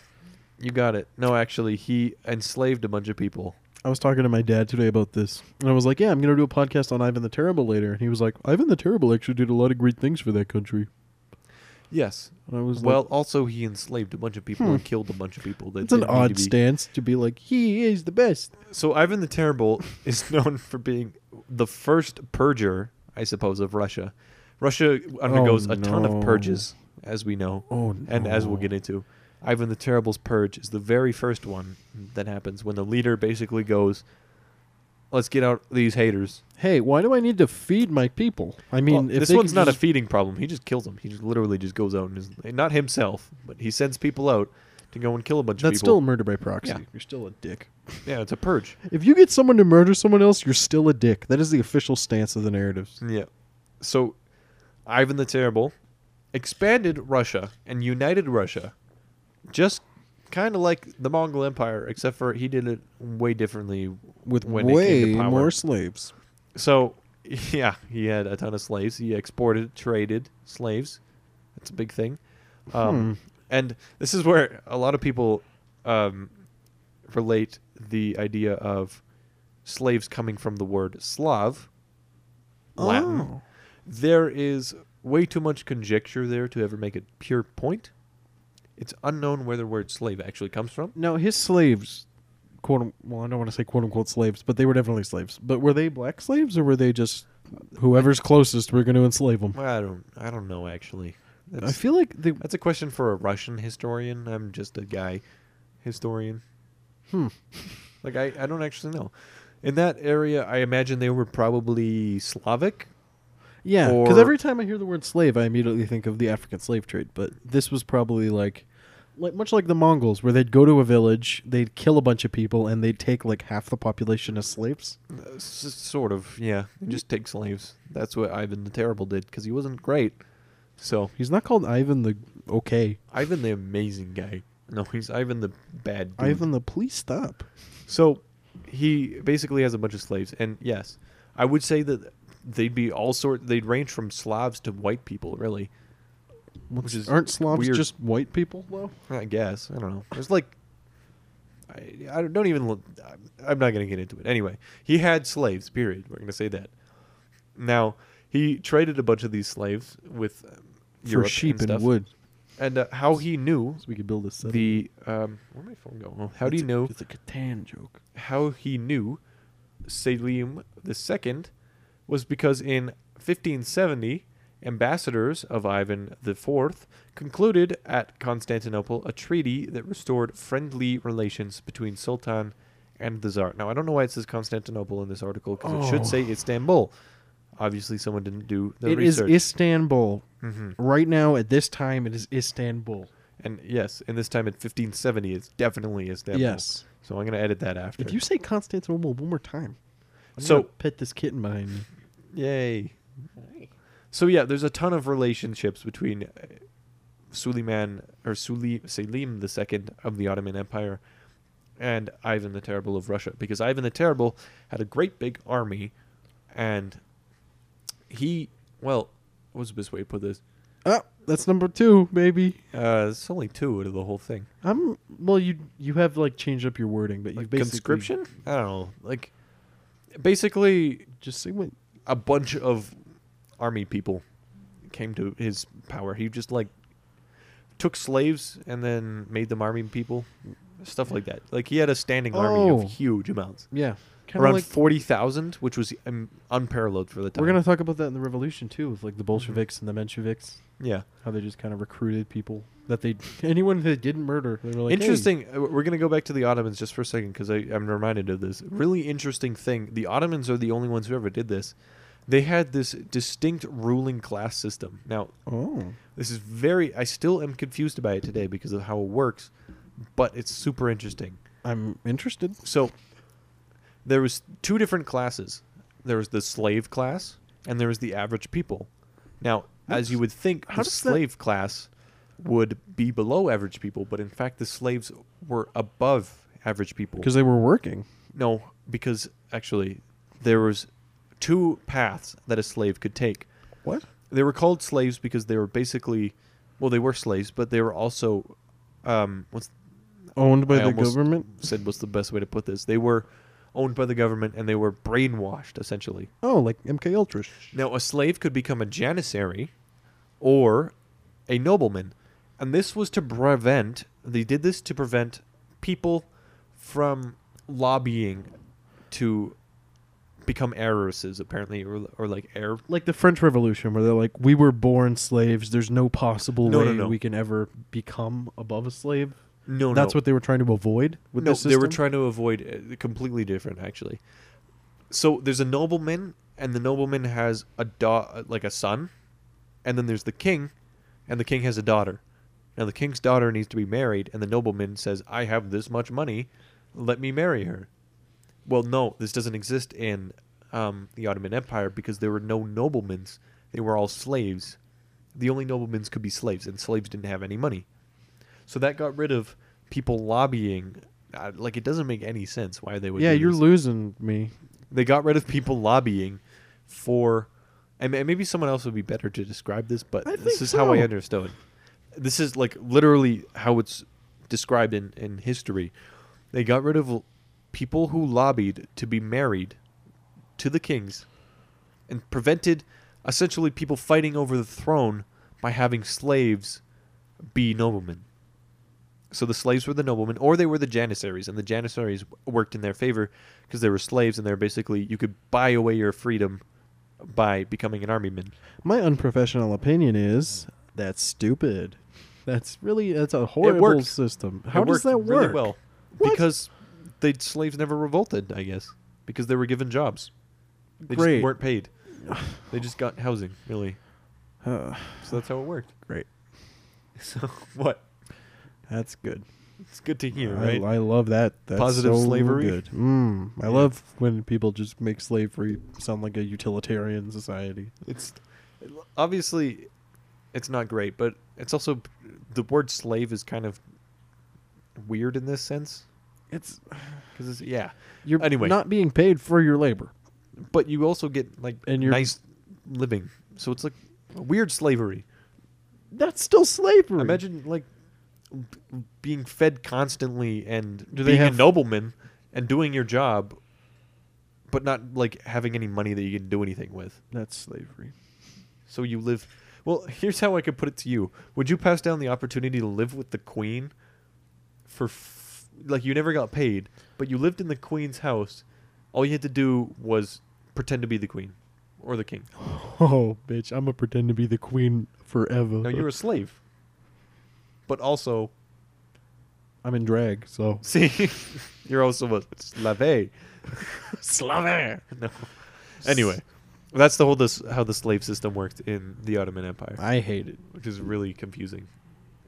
A: you got it. No, actually, he enslaved a bunch of people.
B: I was talking to my dad today about this, and I was like, "Yeah, I'm gonna do a podcast on Ivan the Terrible later." And he was like, "Ivan the Terrible actually did a lot of great things for that country."
A: Yes.
B: And I was
A: Well,
B: like,
A: also he enslaved a bunch of people and killed a bunch of people. That
B: Hmm. "It's an
A: didn't need to
B: odd
A: be-
B: stance to be like he is the best."
A: So Ivan the Terrible is known for being the first purger, I suppose, of Russia. Russia undergoes a ton
B: Oh, no.
A: of purges, as we know,
B: Oh,
A: and as we'll
B: no.
A: get into. Ivan the Terrible's purge is the very first one that happens when the leader basically goes, "Let's get out these haters."
B: Hey, why do I need to feed my people? I mean,
A: Well,
B: if
A: this
B: they
A: one's
B: could
A: not a
B: just-
A: feeding problem. He just kills them. He just literally just goes out and is not himself, but he sends people out to go and kill a bunch
B: that's
A: of people.
B: still murder by proxy.
A: Yeah.
B: You're still a dick.
A: Still, yeah, it's a purge.
B: If you get someone to murder someone else, you're still a dick. That is the official stance of the narratives.
A: Yeah. So Ivan the Terrible expanded Russia and united Russia just kind of like the Mongol Empire except for he did it way differently
B: With
A: when it
B: way
A: came to power.
B: more slaves.
A: So yeah, he had a ton of slaves. He exported, traded slaves. That's a big thing.
B: Hmm.
A: Um, And this is where a lot of people um, relate the idea of slaves coming from the word Slav, Latin.
B: Latin.
A: There is way too much conjecture there to ever make a pure point. It's unknown where the word slave actually comes from.
B: No, his slaves, quote un- well, I don't want to say quote unquote slaves, but they were definitely slaves. But were they black slaves or were they just whoever's closest? We're going to enslave them.
A: I don't. I don't know actually.
B: I
A: That's,
B: feel like they.
A: that's a question for a Russian historian. I'm just a guy historian.
B: Hmm.
A: Like I, I don't actually know. In that area, I imagine they were probably Slavic.
B: Yeah, because
A: or-
B: every time I hear the word slave, I immediately think of the African slave trade. But this was probably like, like much like the Mongols, where they'd go to a village, they'd kill a bunch of people, and they'd take like half the population as slaves.
A: Uh, s- sort of, yeah. They Just take slaves. That's what Ivan the Terrible did because he wasn't great. So
B: He's not called Ivan the okay,
A: Ivan the amazing guy. No, he's Ivan the bad. Dude.
B: Ivan the please stop.
A: So he basically has a bunch of slaves, and yes, I would say that they'd be all sort. They'd range from Slavs to white people, really. Which is
B: Aren't Slavs
A: weird.
B: just white people though?
A: I guess I don't know. There's like, I, I don't even. look- I'm- I'm not gonna get into it. Anyway, he had slaves. Period. We're gonna say that. Now he traded a bunch of these slaves with um, Europe
B: For sheep and,
A: stuff.
B: wood,
A: And uh, how he knew
B: so we could build a settlement.
A: the um, where did my phone go? Oh, how do you
B: It's a-
A: know
B: It's a Catan joke.
A: how he knew Selim II was because in 1570, ambassadors of Ivan IV concluded at Constantinople a treaty that restored friendly relations between Sultan and the Tsar. Now, I don't know why it says Constantinople in this article because it
B: Oh.
A: should say Istanbul. Obviously, someone didn't do the
B: It is
A: research.
B: Istanbul.
A: Mhm.
B: Right now, at this time, it is Istanbul.
A: And yes, and this time in 1570, it's definitely Istanbul.
B: Yes.
A: So I'm going to edit that after.
B: If you say Constantinople one more time, I'm
A: So-
B: so gonna pet this kitten behind me.
A: Yay. So yeah, there's a ton of relationships between uh, Suleiman or Suli, Selim II of the Ottoman Empire and Ivan the Terrible of Russia because Ivan the Terrible had a great big army and he well, what's the best way to put this?
B: Oh, that's number two, baby.
A: Uh, it's only two out of the whole thing.
B: I'm well. You you have like changed up your wording, but you
A: Like
B: basically
A: conscription? I don't know. Like basically
B: Just say what?
A: a bunch of army people came to his power. He just like took slaves and then made them army people, stuff like that. Like he had a standing army
B: Oh.
A: of huge amounts,
B: Yeah, kind of
A: around
B: like
A: forty thousand, which was um, unparalleled for the time.
B: we're gonna talk about that in the revolution too, with like the Bolsheviks and the Mensheviks,
A: yeah,
B: how they just kind of recruited people that they anyone that didn't murder. They were like, "Hey."
A: interesting. uh, We're gonna go back to the Ottomans just for a second because I'm reminded of this really interesting thing. The Ottomans are the only ones who ever did this. They had this distinct ruling class system. Now,
B: Oh,
A: This is very. I still am confused by it today because of how it works, but it's super interesting.
B: I'm interested.
A: So, there was two different classes. There was the slave class, and there was the average people. Now, as you would think,
B: How
A: the
B: does that-
A: slave class would be below average people, but in fact, the slaves were above average people.
B: Because they were working.
A: No, because actually, there was two paths that a slave could take
B: What?
A: they were called slaves because they were basically well they were slaves but they were also um what's
B: Owned by
A: I
B: the
A: almost-
B: government?
A: said what's the best way to put this they were owned by the government and they were brainwashed essentially
B: Oh, like MK Ultra.
A: now a slave could become a janissary or a nobleman and this was to prevent they did this to prevent people from lobbying to become heiresses apparently or, or like heir
B: Like the French Revolution, where they're like, "We were born slaves. There's no possible
A: No,
B: way
A: no, no.
B: we can ever become above a slave."
A: no
B: That's
A: no.
B: what they were trying to avoid with
A: no,
B: this
A: they were
B: system?
A: trying to avoid uh, completely different actually. So there's a nobleman, and the nobleman has a da- like a son, and then there's the king, and the king has a daughter. Now the king's daughter needs to be married, and the nobleman says, "I have this much money, let me marry her." Well, no, this doesn't exist in um, the Ottoman Empire because there were no noblemen; they were all slaves. The only noblemen could be slaves, and slaves didn't have any money. So that got rid of people lobbying. Uh, like it doesn't make any sense why they would.
B: Yeah,
A: do
B: you're
A: this.
B: losing me.
A: They got rid of people lobbying for, and ma- maybe someone else would be better to describe this, but
B: I
A: this
B: think
A: is how I
B: so.
A: understood. This is like literally how it's described in, in history. They got rid of l- people who lobbied to be married to the kings and prevented essentially people fighting over the throne by having slaves be noblemen. So the slaves were the noblemen, or they were the janissaries, and the janissaries w- worked in their favor because they were slaves, and they're basically you could buy away your freedom by becoming an army man.
B: My unprofessional opinion is that's stupid. That's really that's a horrible
A: worked.
B: system.
A: It
B: How
A: worked
B: does that work?
A: Really well,
B: What?
A: because the slaves never revolted, I guess, because they were given jobs. They
B: Great.
A: just weren't paid. They just got housing, really.
B: Uh,
A: So that's how it worked.
B: great.
A: So what?
B: That's good.
A: It's good to hear,
B: I,
A: right?
B: I love that. That's
A: Positive
B: so
A: slavery.
B: Good. Mm, I
A: Yeah.
B: love when people just make slavery sound like a utilitarian society.
A: It's obviously it's not great, but it's also the word slave is kind of weird in this sense
B: It's
A: because it's yeah,
B: you're
A: Anyway.
B: not being paid for your labor.
A: but you also get like
B: And you're-
A: nice living, so it's like weird slavery.
B: That's still slavery.
A: Imagine like b- being fed constantly and
B: Do they
A: being
B: have-
A: a nobleman and doing your job, but not like having any money that you can do anything with.
B: that's slavery.
A: So you live. Well, here's how I could put it to you: Would you pass down the opportunity to live with the queen for f- like you never got paid, but you lived in the queen's house? All you had to do was pretend to be the queen or the king.
B: Oh, bitch! I'm gonna pretend to be the queen forever.
A: Now you're a slave, but also
B: I'm in drag, so
A: see, you're also a slave.
B: slave.
A: No. Anyway, that's the whole this how the slave system worked in the Ottoman Empire,
B: I hate it.
A: which is really confusing.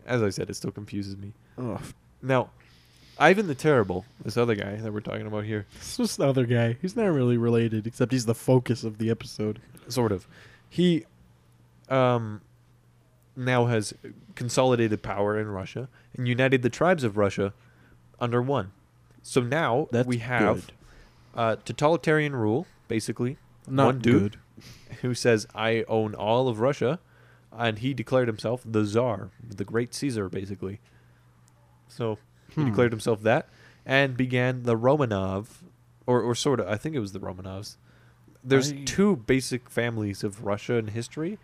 A: As I said, it still confuses me.
B: Ugh.
A: Now, Ivan the Terrible, this other guy that we're talking about here,
B: It's just the other guy. He's not really related, except he's the focus of the episode.
A: sort of, he um, now has consolidated power in Russia and united the tribes of Russia under one. So now
B: That's
A: we have
B: good.
A: uh, totalitarian rule, basically,
B: Not
A: One dude. who says, I own all of Russia, and he declared himself the Tsar, the great Caesar, basically. So he
B: Hmm.
A: declared himself that and began the Romanov, or, or sort of, I think it was the Romanovs. There's
B: I-
A: two basic families of Russia in history.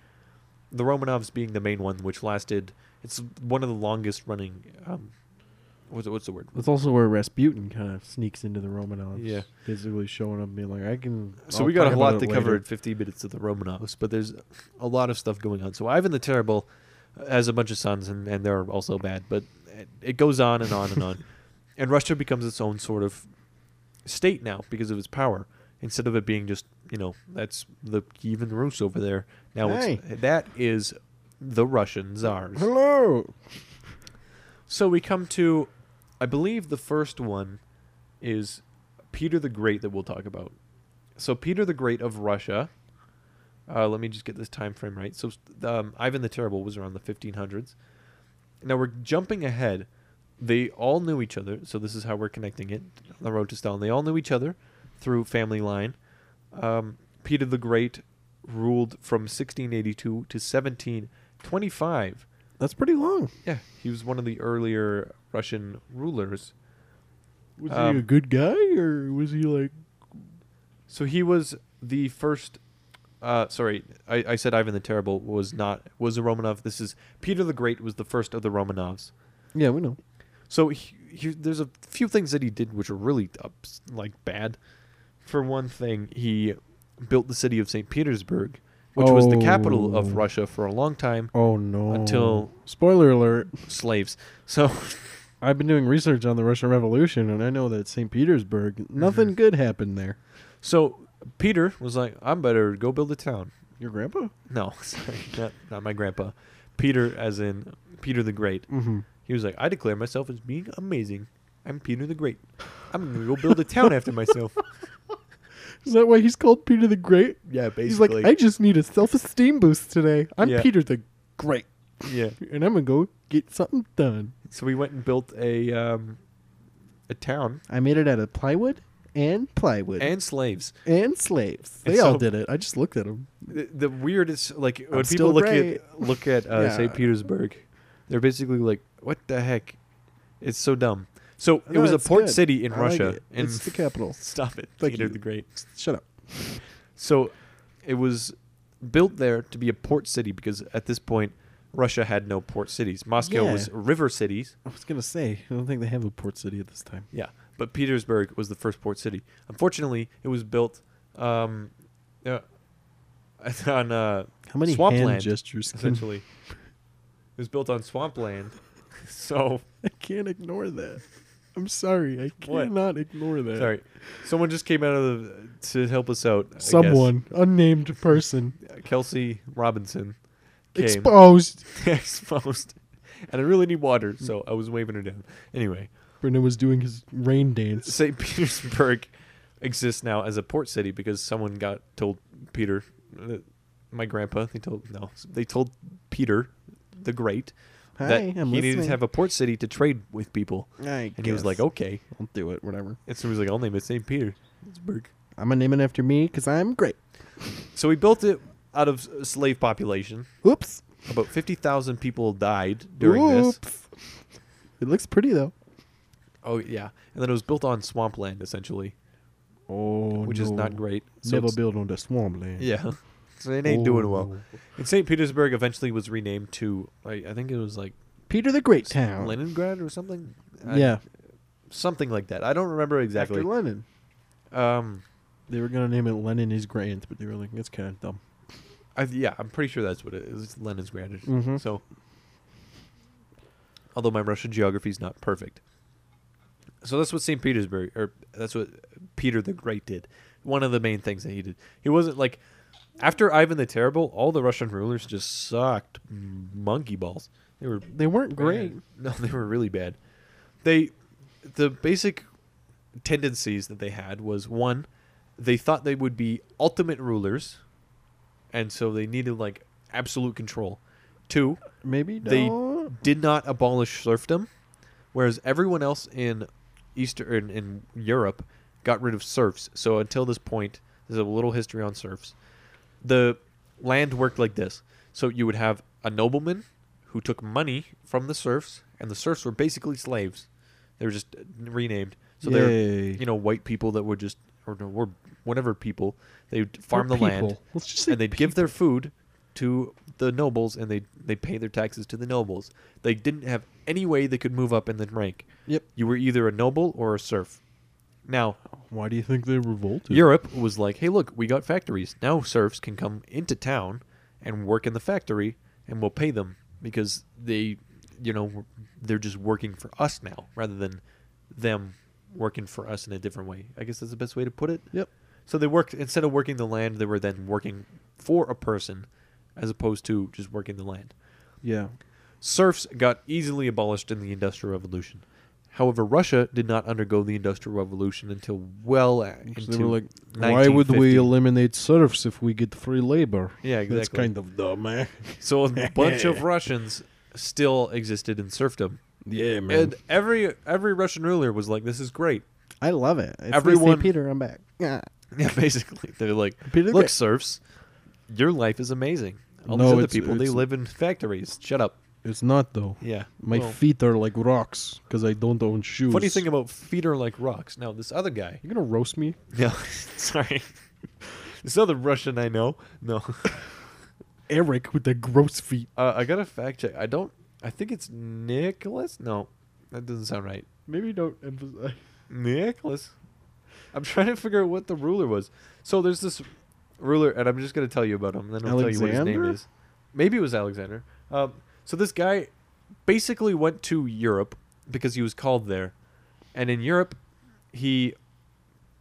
A: The Romanovs being the main one, which lasted, it's one of the longest running, um, what's, what's the word?
B: That's also where Rasputin kind of sneaks into the Romanovs.
A: Yeah.
B: Physically showing up and being like, I can.
A: So
B: I'll
A: we got
B: talk
A: a
B: about
A: lot to
B: it
A: cover
B: later.
A: at 50 minutes of the Romanovs, but there's a lot of stuff going on. So Ivan the Terrible uh, has a bunch of sons, and, and they're also bad, but it- it goes on and on and on. And Russia becomes its own sort of state now because of its power. Instead of it being just, you know, that's the Kievan Rus over there. Now
B: Hey.
A: it's, that is the Russian czars.
B: Hello.
A: So we come to, I believe the first one is Peter the Great that we'll talk about. So Peter the Great of Russia. Uh, let me just get this time frame right. So um, Ivan the Terrible was around the 1500s. Now we're jumping ahead. They all knew each other, so this is how we're connecting it. The road to Stalin. They all knew each other through family line. Um, Peter the Great ruled from 1682 to 1725.
B: That's pretty long.
A: Yeah, he was one of the earlier Russian rulers.
B: Was
A: Um,
B: he a good guy, or was he like.
A: So he was the first. Uh, sorry, I, I said Ivan the Terrible was not was a Romanov. This is Peter the Great was the first of the Romanovs.
B: Yeah, we know.
A: So he, he, there's a few things that he did which are really ups, like bad. For one thing, he built the city of St. Petersburg, which was the capital
B: Oh.
A: of Russia for a long time.
B: Oh, no.
A: Until-
B: Spoiler alert.
A: Slaves. So
B: I've been doing research on the Russian Revolution, and I know that St. Petersburg, nothing good happened there.
A: so Peter was like, I'm better go build a town.
B: Your grandpa?
A: No, sorry, not, not my grandpa. Peter, as in Peter the Great.
B: Mm-hmm.
A: He was like, I declare myself as being amazing. I'm Peter the Great. I'm gonna go build a town after myself.
B: Is that why he's called Peter the Great?
A: Yeah, basically.
B: He's like, I just need a self esteem boost today. I'm
A: Yeah.
B: Peter the Great,
A: yeah.
B: and I'm going to go get something done.
A: So we went and built a um, a town
B: I made it out of plywood and plywood and,
A: and slaves.
B: slaves.
A: And
B: They all
A: so-
B: did it. I just looked at them.
A: The, the weirdest, like when people
B: I'm still
A: look
B: great.
A: at look at uh,
B: Yeah.
A: St. Petersburg, they're basically like, "What the heck? It's so dumb." So it
B: No,
A: was a
B: it's
A: port
B: good.
A: city in
B: I like
A: Russia.
B: it.
A: in-
B: It's the capital.
A: Stop it,
B: Thank
A: Peter
B: you.
A: the Great.
B: Shut up.
A: So it was built there to be a port city because at this point Russia had no port cities. Moscow
B: Yeah.
A: was river cities.
B: I was gonna say I don't think they have a port city at this time.
A: Yeah, but Petersburg was the first port city. Unfortunately, it was built um, uh, on uh,
B: How many hand
A: swampland
B: gestures? Can,
A: essentially. it was built on swampland. So
B: I can't ignore that. I'm sorry. I
A: What?
B: cannot ignore that.
A: sorry, someone just came out of the to help us out. I guess.
B: Someone, unnamed person,
A: Kelsey Robinson, came.
B: exposed.
A: exposed. And I really need water,
B: Mm.
A: so I was waving her down. Anyway,
B: Brendan was doing his rain dance.
A: St. Petersburg exists now as a port city because someone got told Peter, uh, my grandpa, they told no, they told Peter the Great that he needed to have a port city to trade with people,
B: I
A: and he was
B: guess.
A: like, "Oh." okay,
B: I'll do it. Whatever.
A: and so he was like, I'll name it St. Petersburg.
B: I'm gonna name it after me because I'm great.
A: So he built it out of s- slave population.
B: Oops.
A: About fifty thousand people died during this.
B: Oops. It looks pretty though.
A: Oh yeah, and then it was built on swampland essentially,
B: Oh,
A: which is not great. So
B: Never Oh.
A: it's-
B: build on the swampland.
A: Yeah. So they ain't doing well. And St. Petersburg eventually was renamed to, like, I think it was like
B: Peter the Great Town.
A: Leningrad or something. I-
B: Yeah,
A: something like that. I don't remember exactly.
B: after Lenin.
A: Um,
B: They were gonna name it Lenin is Grand, but they were like, that's kind of dumb.
A: I, yeah, I'm pretty sure that's what it is. It's Leningrad.
B: Mhm.
A: So, although my Russian geography is not perfect, so that's what St. Petersburg, or that's what Peter the Great did. One of the main things that he did. He wasn't like after Ivan the Terrible. All the Russian rulers just sucked monkey balls. They were
B: They weren't great.
A: Bad. No, they were really bad. They the basic tendencies that they had was one, they thought they would be ultimate rulers and so they needed like absolute control. Two,
B: Maybe
A: They-
B: don't.
A: did not abolish serfdom, whereas everyone else in Eastern in Europe got rid of serfs. So until this point, there's a little history on serfs. The land worked like this. So you would have a nobleman who took money from the serfs, and the serfs were basically slaves. They were just renamed. So they're
B: Yay.
A: you know white people that were just or no, were whatever people they would farm
B: We're
A: the land
B: people. Let's just say
A: and they'd give their food to the nobles and they they pay their taxes to the nobles. They didn't have any way they could move up in the rank.
B: Yep.
A: You were either a noble or a serf. Now,
B: Why do you think they revolted?
A: Europe was like, "Hey, look, we got factories. Now serfs can come into town and work in the factory and we'll pay them because they, you know, they're just working for us now rather than them working for us in a different way." I guess that's the best way to put it.
B: Yep.
A: So they worked instead of working the land, they were then working for a person, as opposed to just working the land.
B: Yeah.
A: Serfs got easily abolished in the Industrial Revolution. However, Russia did not undergo the Industrial Revolution until well a-
B: So
A: into
B: they were like, why would
A: 1950.
B: we eliminate serfs if we get free labor?
A: Yeah,
B: That's
A: exactly.
B: kind of dumb, man.
A: so a bunch of Russians still existed in serfdom,
B: yeah, man.
A: and every every Russian ruler was like, "This is great."
B: I love it. It's
A: Everyone-
B: everyone, Peter, I'm back. Yeah.
A: Yeah, basically, they're like,
B: Peter the
A: "Look,
B: Great.
A: serfs, your life is amazing. All
B: No,
A: these other
B: it's-
A: people, they
B: it's-
A: live in factories. Shut up."
B: It's not though.
A: Yeah,
B: My
A: Well-
B: feet are like rocks because I don't own shoes.
A: Funny thing about feet are like rocks. Now this other guy.
B: you gonna roast me?
A: No, sorry. This other Russian I know. No,
B: Eric with the gross feet.
A: uh, I gotta fact check. I don't. I think it's Nicholas. No, that doesn't sound right.
B: Maybe don't emphasize.
A: Nicholas. I'm trying to figure out what the ruler was. So there's this ruler, and I'm just gonna tell you about him. Then I'll tell you what his name
B: Alexander?
A: is. Maybe it was Alexander. Um, so this guy basically went to Europe because he was called there, and in Europe, he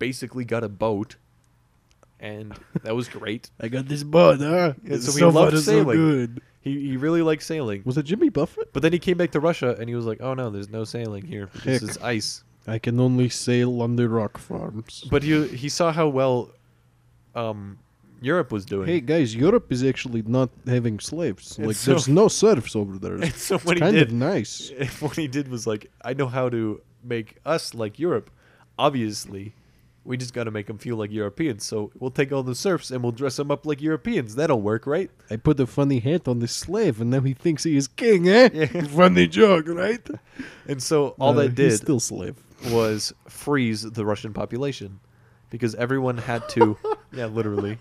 A: basically got a boat, and that was great.
B: I got this bud, huh?
A: Yeah,
B: It's
A: so we
B: so
A: love
B: fun, it's so
A: sailing.
B: good.
A: He he really liked sailing,
B: Was it Jimmy Buffett?
A: but then he came back to Russia and he was like, "Oh no, there's no sailing here. This
B: Heck.
A: is ice."
B: I can only sail on the rock farms.
A: But he he saw how well um, Europe was doing.
B: Hey guys, Europe is actually not having slaves.
A: And
B: like
A: so-
B: there's no serfs over there.
A: and
B: It's
A: so what he
B: kind
A: did,
B: of nice.
A: what he did was like, I know how to make us like Europe. Obviously, We just got to make them feel like Europeans. So we'll take all the serfs and we'll dress them up like Europeans. That'll work, right?
B: I put a funny hat on the slave, and now he thinks he is king, eh?
A: Yeah.
B: Funny joke, right?
A: And so all
B: No,
A: they
B: he's
A: did
B: still slave.
A: was freeze the Russian population because everyone had to. yeah, literally.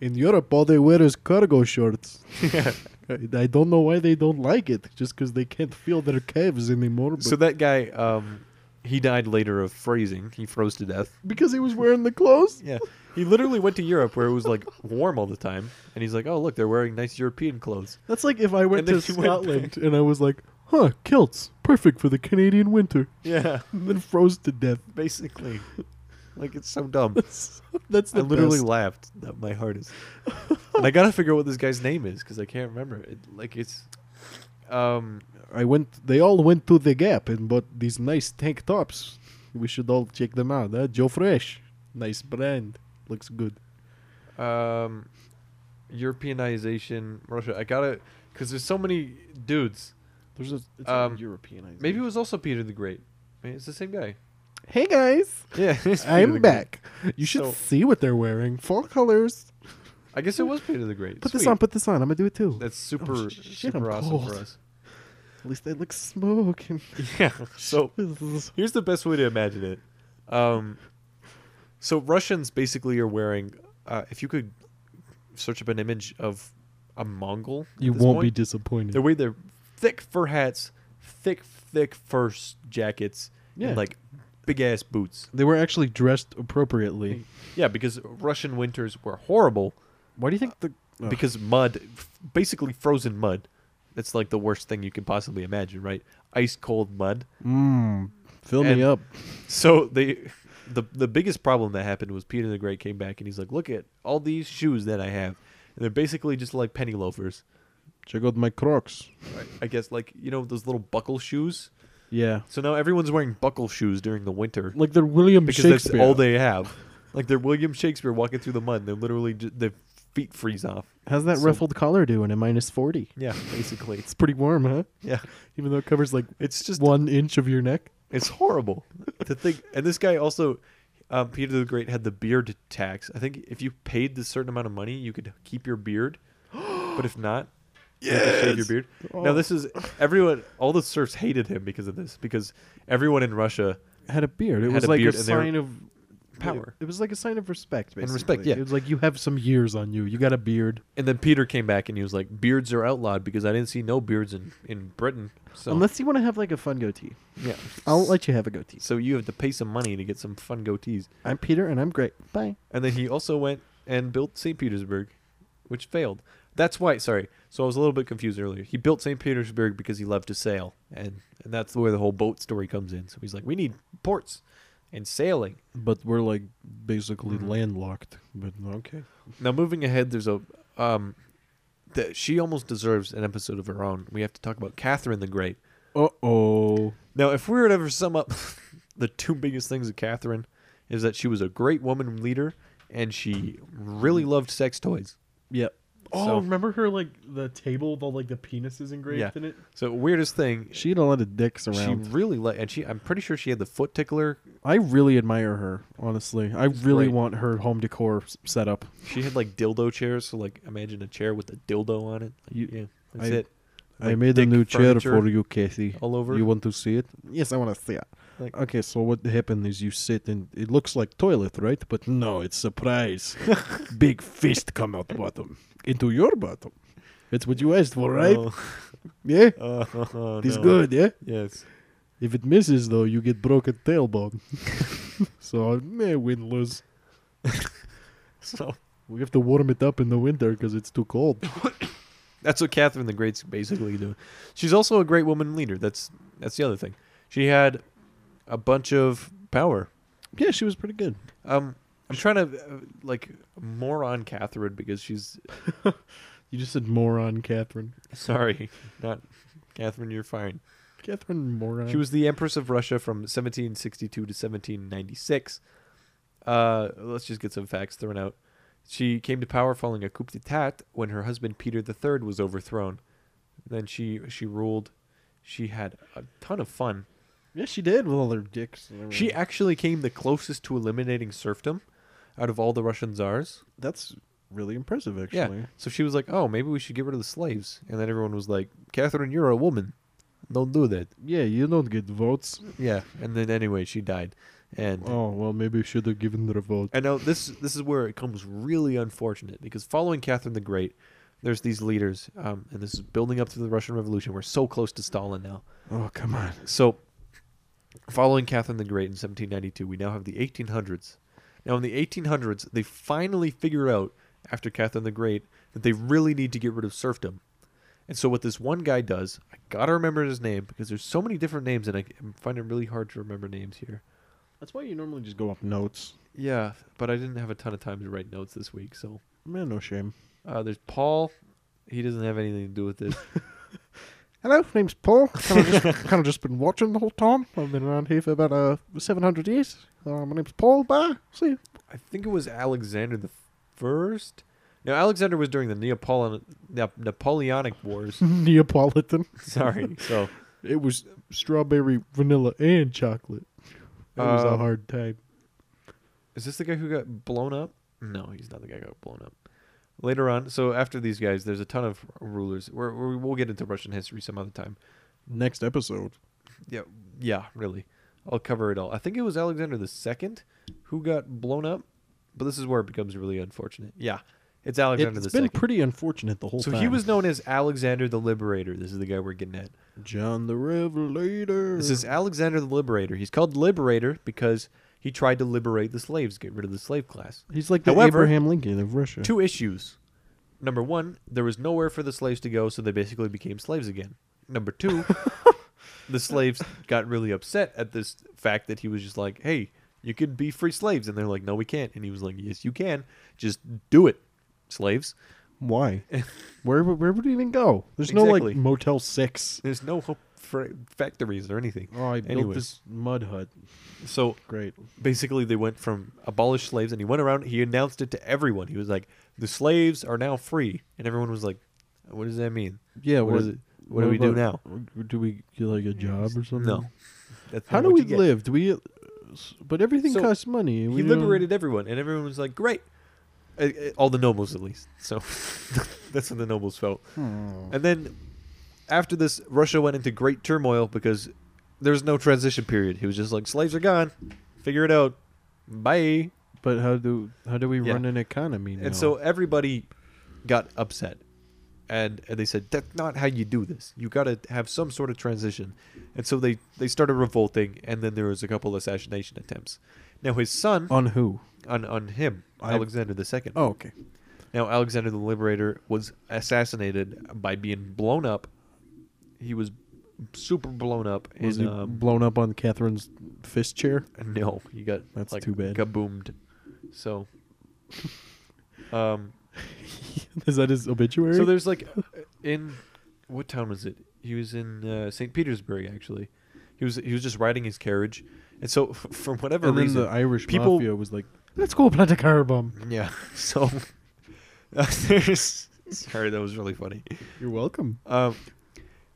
B: In Europe, all they wear is cargo shorts. I don't know why they don't like it, just because they can't feel their calves anymore. But
A: So that guy, um, he died later of freezing. He froze to death.
B: because he was wearing the clothes.
A: Yeah. He literally went to Europe where it was like warm all the time. And he's like, oh, look, they're wearing nice European clothes.
B: That's like if I went
A: And then
B: to
A: he went
B: Scotland and I was like, "Huh, kilts, perfect for the Canadian winter,"
A: Yeah,
B: and then froze to death.
A: Mm-hmm. basically. Like, it's so dumb.
B: That's, that's
A: I
B: the
A: literally
B: best.
A: laughed at my hardest. and I got to figure out what this guy's name is because I can't remember. It, like, it's. Um,
B: I went. They all went to the Gap and bought these nice tank tops. We should all check them out. Huh? Joe Fresh, nice brand, looks good.
A: um, Europeanization, Russia. I got to. Because there's so many dudes.
B: There's a it's
A: Um,
B: European.
A: Maybe it was also Peter the Great. Maybe it's the same guy.
B: Hey guys,
A: Yeah. it's Peter the
B: I'm
A: Great.
B: back. You should
A: So-
B: see what they're wearing. Full colors.
A: I guess it was Peter the Great.
B: Put this
A: Sweet.
B: on. Put this on. I'm gonna do it too.
A: That's super,
B: Oh, sh- shit, I'm
A: super awesome
B: cold.
A: for us.
B: At least they look smoking.
A: Yeah. So here's the best way to imagine it. Um, so Russians basically are wearing. Uh, if you could search up an image of a Mongol, at
B: you
A: this
B: won't be
A: point,
B: disappointed.
A: They're wearing their thick fur hats, thick thick fur s- jackets,
B: Yeah.
A: and like big ass boots.
B: They were actually dressed appropriately.
A: Yeah, because Russian winters were horrible
B: Why do you think the
A: because mud, f- basically frozen mud. That's like the worst thing you can possibly imagine, right? Ice cold mud.
B: Mm, fill me
A: And-
B: up.
A: So they, the the biggest problem that happened was Peter the Great came back and he's like, "Look at all these shoes that I have, and they're basically just like penny loafers.
B: Check out my Crocs.
A: I guess like you know those little buckle shoes.
B: Yeah,
A: So now everyone's wearing buckle shoes during the winter
B: like they're William
A: because that's
B: Shakespeare.
A: all they have. Like they're William Shakespeare walking through the mud. They're literally just, their feet freeze off.
B: How's that
A: so-
B: ruffled collar doing at minus forty?
A: Yeah, basically. It's,
B: It's pretty warm, huh?
A: yeah,
B: Even though it covers like
A: it's just
B: one inch of your neck.
A: It's horrible to think. And this guy also, um, Peter the Great had the beard tax. I think if you paid the certain amount of money, you could keep your beard. But if not, you had to shave your
B: Yes!
A: beard.
B: Oh.
A: Now this is everyone. All the serfs hated him because of this. Because everyone in Russia
B: Had a beard. It
A: Had
B: was
A: a
B: like a
A: beard and they were-
B: sign of
A: power.
B: It, was like a sign of respect, basically.
A: respect, yeah.
B: It was like you have some years on you. You got a beard.
A: And then Peter came back and he was like, "Beards are outlawed because I didn't see no beards in in Britain." So
B: Unless you want to have like a fun goatee,
A: yeah,
B: I'll let you have a goatee.
A: so you have to pay some money to get some fun goatees.
B: I'm Peter, and I'm great. Bye.
A: And then he also went and built St. Petersburg, which failed. That's why, sorry. So I was a little bit confused earlier. He built St. Petersburg because he loved to sail. And, and that's where the whole boat story comes in. So he's like, we need ports and sailing.
B: But we're like basically
A: Mhm.
B: landlocked. But okay.
A: Now, moving ahead, there's a. Um, that she almost deserves an episode of her own. We have to talk about Catherine the Great.
B: Uh oh.
A: Now, if we were to ever sum up the two biggest things of Catherine, is that she was a great woman leader and she really loved sex toys.
B: Yep.
A: Oh, So-
B: remember her like the table with all like the penises engraved
A: Yeah.
B: in it?
A: So, weirdest thing
B: She had a lot of dicks around.
A: She really like, and she. I'm pretty sure she had the foot tickler.
B: I really admire her, honestly. I really
A: great.
B: want her home decor s- set up.
A: She had like dildo chairs. So like, imagine a chair with a dildo on it. Like,
B: You-
A: yeah, that's
B: I-
A: it.
B: I
A: Like
B: made a
A: dick
B: new chair
A: furniture
B: for you, Kathy.
A: all over.
B: You want to see it? Yes, I want to see it.
A: Like-
B: okay, so what happened is you sit and it looks like toilet, right? But no, it's surprise. Big fist come out bottom into your bottom. That's what you asked for, right?
A: Oh,
B: Yeah,
A: oh, oh,
B: it's
A: no.
B: good. Yeah.
A: Yes.
B: If it misses though, you get broken tailbone. so eh, win lose.
A: So
B: We have to warm it up in the winter because it's too cold.
A: that's what Catherine the Great's basically doing. She's also a great woman leader. That's that's the other thing. She had a bunch of power.
B: yeah, she was pretty good.
A: Um, I'm trying to uh, like moron Catherine because she's
B: You just said moron, Catherine.
A: sorry, not Catherine. You're fine.
B: Catherine moron.
A: She was the Empress of Russia from 1762 to 1796. Uh, let's just get some facts thrown out. She came to power following a coup d'état when her husband Peter III was overthrown. Then she she ruled. She had a ton of fun.
B: Yeah, she did with all their dicks. And
A: She
B: everything.
A: actually came the closest to eliminating serfdom out of all the Russian czars.
B: That's really impressive, actually.
A: Yeah. So she was like, "Oh, maybe we should get rid of the slaves." And then everyone was like, "Catherine, you're a woman. Don't do that."
B: Yeah, you don't get votes.
A: Yeah. And then anyway, she died. And
B: Oh well, maybe you should have given her a vote.
A: And now this this is where it comes really unfortunate because following Catherine the Great, there's these leaders, um, and this is building up to the Russian Revolution. We're so close to Stalin now.
B: Oh come on.
A: So, following Catherine the Great in 1792, we now have the 1800s. Now in the 1800s, they finally figure out after Catherine the Great that they really need to get rid of serfdom. And so what this one guy does, I gotta remember his name because there's so many different names, and I am finding it really hard to remember names here.
B: That's why you normally just go up notes.
A: Yeah, but I didn't have a ton of time to write notes this week, so
B: Man, no shame.
A: uh, there's Paul. He doesn't have anything to do with this.
B: Hello, name's Paul. Kind of, just, kind of just been watching the whole time. I've been around here for about uh, 700 years. Uh, my name's Paul. Bye. See you.
A: I think it was Alexander the First. Now Alexander was during the Neapolitan Nap- Napoleonic Wars.
B: Neapolitan.
A: Sorry. So
B: It was strawberry, vanilla, and chocolate. It was a
A: Um,
B: hard time.
A: is this the guy who got blown up? No, he's not the guy who got blown up. Later on, so after these guys, there's a ton of rulers. We're, we we'll get into Russian history some other time.
B: Next episode.
A: Yeah, yeah, really. I'll cover it all. I think it was Alexander the Second who got blown up, but this is where it becomes really unfortunate. Yeah, it's Alexander
B: It's
A: the
B: been
A: Second.
B: pretty unfortunate the whole
A: so
B: time.
A: he was known as Alexander the Liberator. This is the guy we're getting at.
B: John the Revelator.
A: This is Alexander the Liberator. He's called Liberator because he tried to liberate the slaves, get rid of the slave class.
B: He's like the
A: However-
B: Abraham Lincoln of Russia.
A: Two issues. Number one, there was nowhere for the slaves to go, so they basically became slaves again. Number two, the slaves got really upset at this fact that he was just like, hey, you can be free slaves. And they're like, no, we can't. And he was like, yes, you can. Just do it, slaves.
B: Why? where would- where would we even go? There's no
A: Exactly.
B: like Motel Six.
A: There's no hope for factories or anything.
B: Oh, I built
A: Anyways.
B: this mud hut.
A: So
B: Great.
A: basically they went from abolish slaves and he went around he announced it to everyone he was like the slaves are now free and everyone was like what does that mean
B: Yeah.
A: what is it what, do we do now
B: now? Do we get like a job or something?
A: no That's
B: How
A: not
B: do
A: what
B: we
A: you get.
B: live? Do we? uh, But everything
A: So,
B: costs money.
A: he liberated everyone and everyone was like great Uh, uh, all the nobles at least so that's what the nobles felt
B: Hmm.
A: and then after this russia went into great turmoil because there was no transition period he was just like slaves are gone figure it out bye
B: But how do how do we
A: Yeah.
B: run an economy now?
A: And so everybody got upset. And, and they said, that's not how you do this. You got to have some sort of transition. And so they, they started revolting, and then there was a couple assassination attempts. Now, his son,
B: on who?
A: on, on him,
B: I-
A: Alexander the Second.
B: Oh, okay.
A: Now, Alexander the Liberator was assassinated by being blown up. He was super blown up.
B: Was
A: and,
B: he
A: um,
B: blown up on Catherine's fist chair?
A: No, he got
B: That's
A: like,
B: too bad.
A: Kaboomed. So, um,
B: Is that his obituary?
A: So there's like in what town was it? He was in uh, St. Petersburg actually. He was he was just riding his carriage, and so f- for whatever
B: and then
A: reason,
B: the Irish
A: people-
B: mafia was like, "Let's go plant a car bomb."
A: yeah. So there's sorry that was really funny.
B: You're welcome.
A: Um,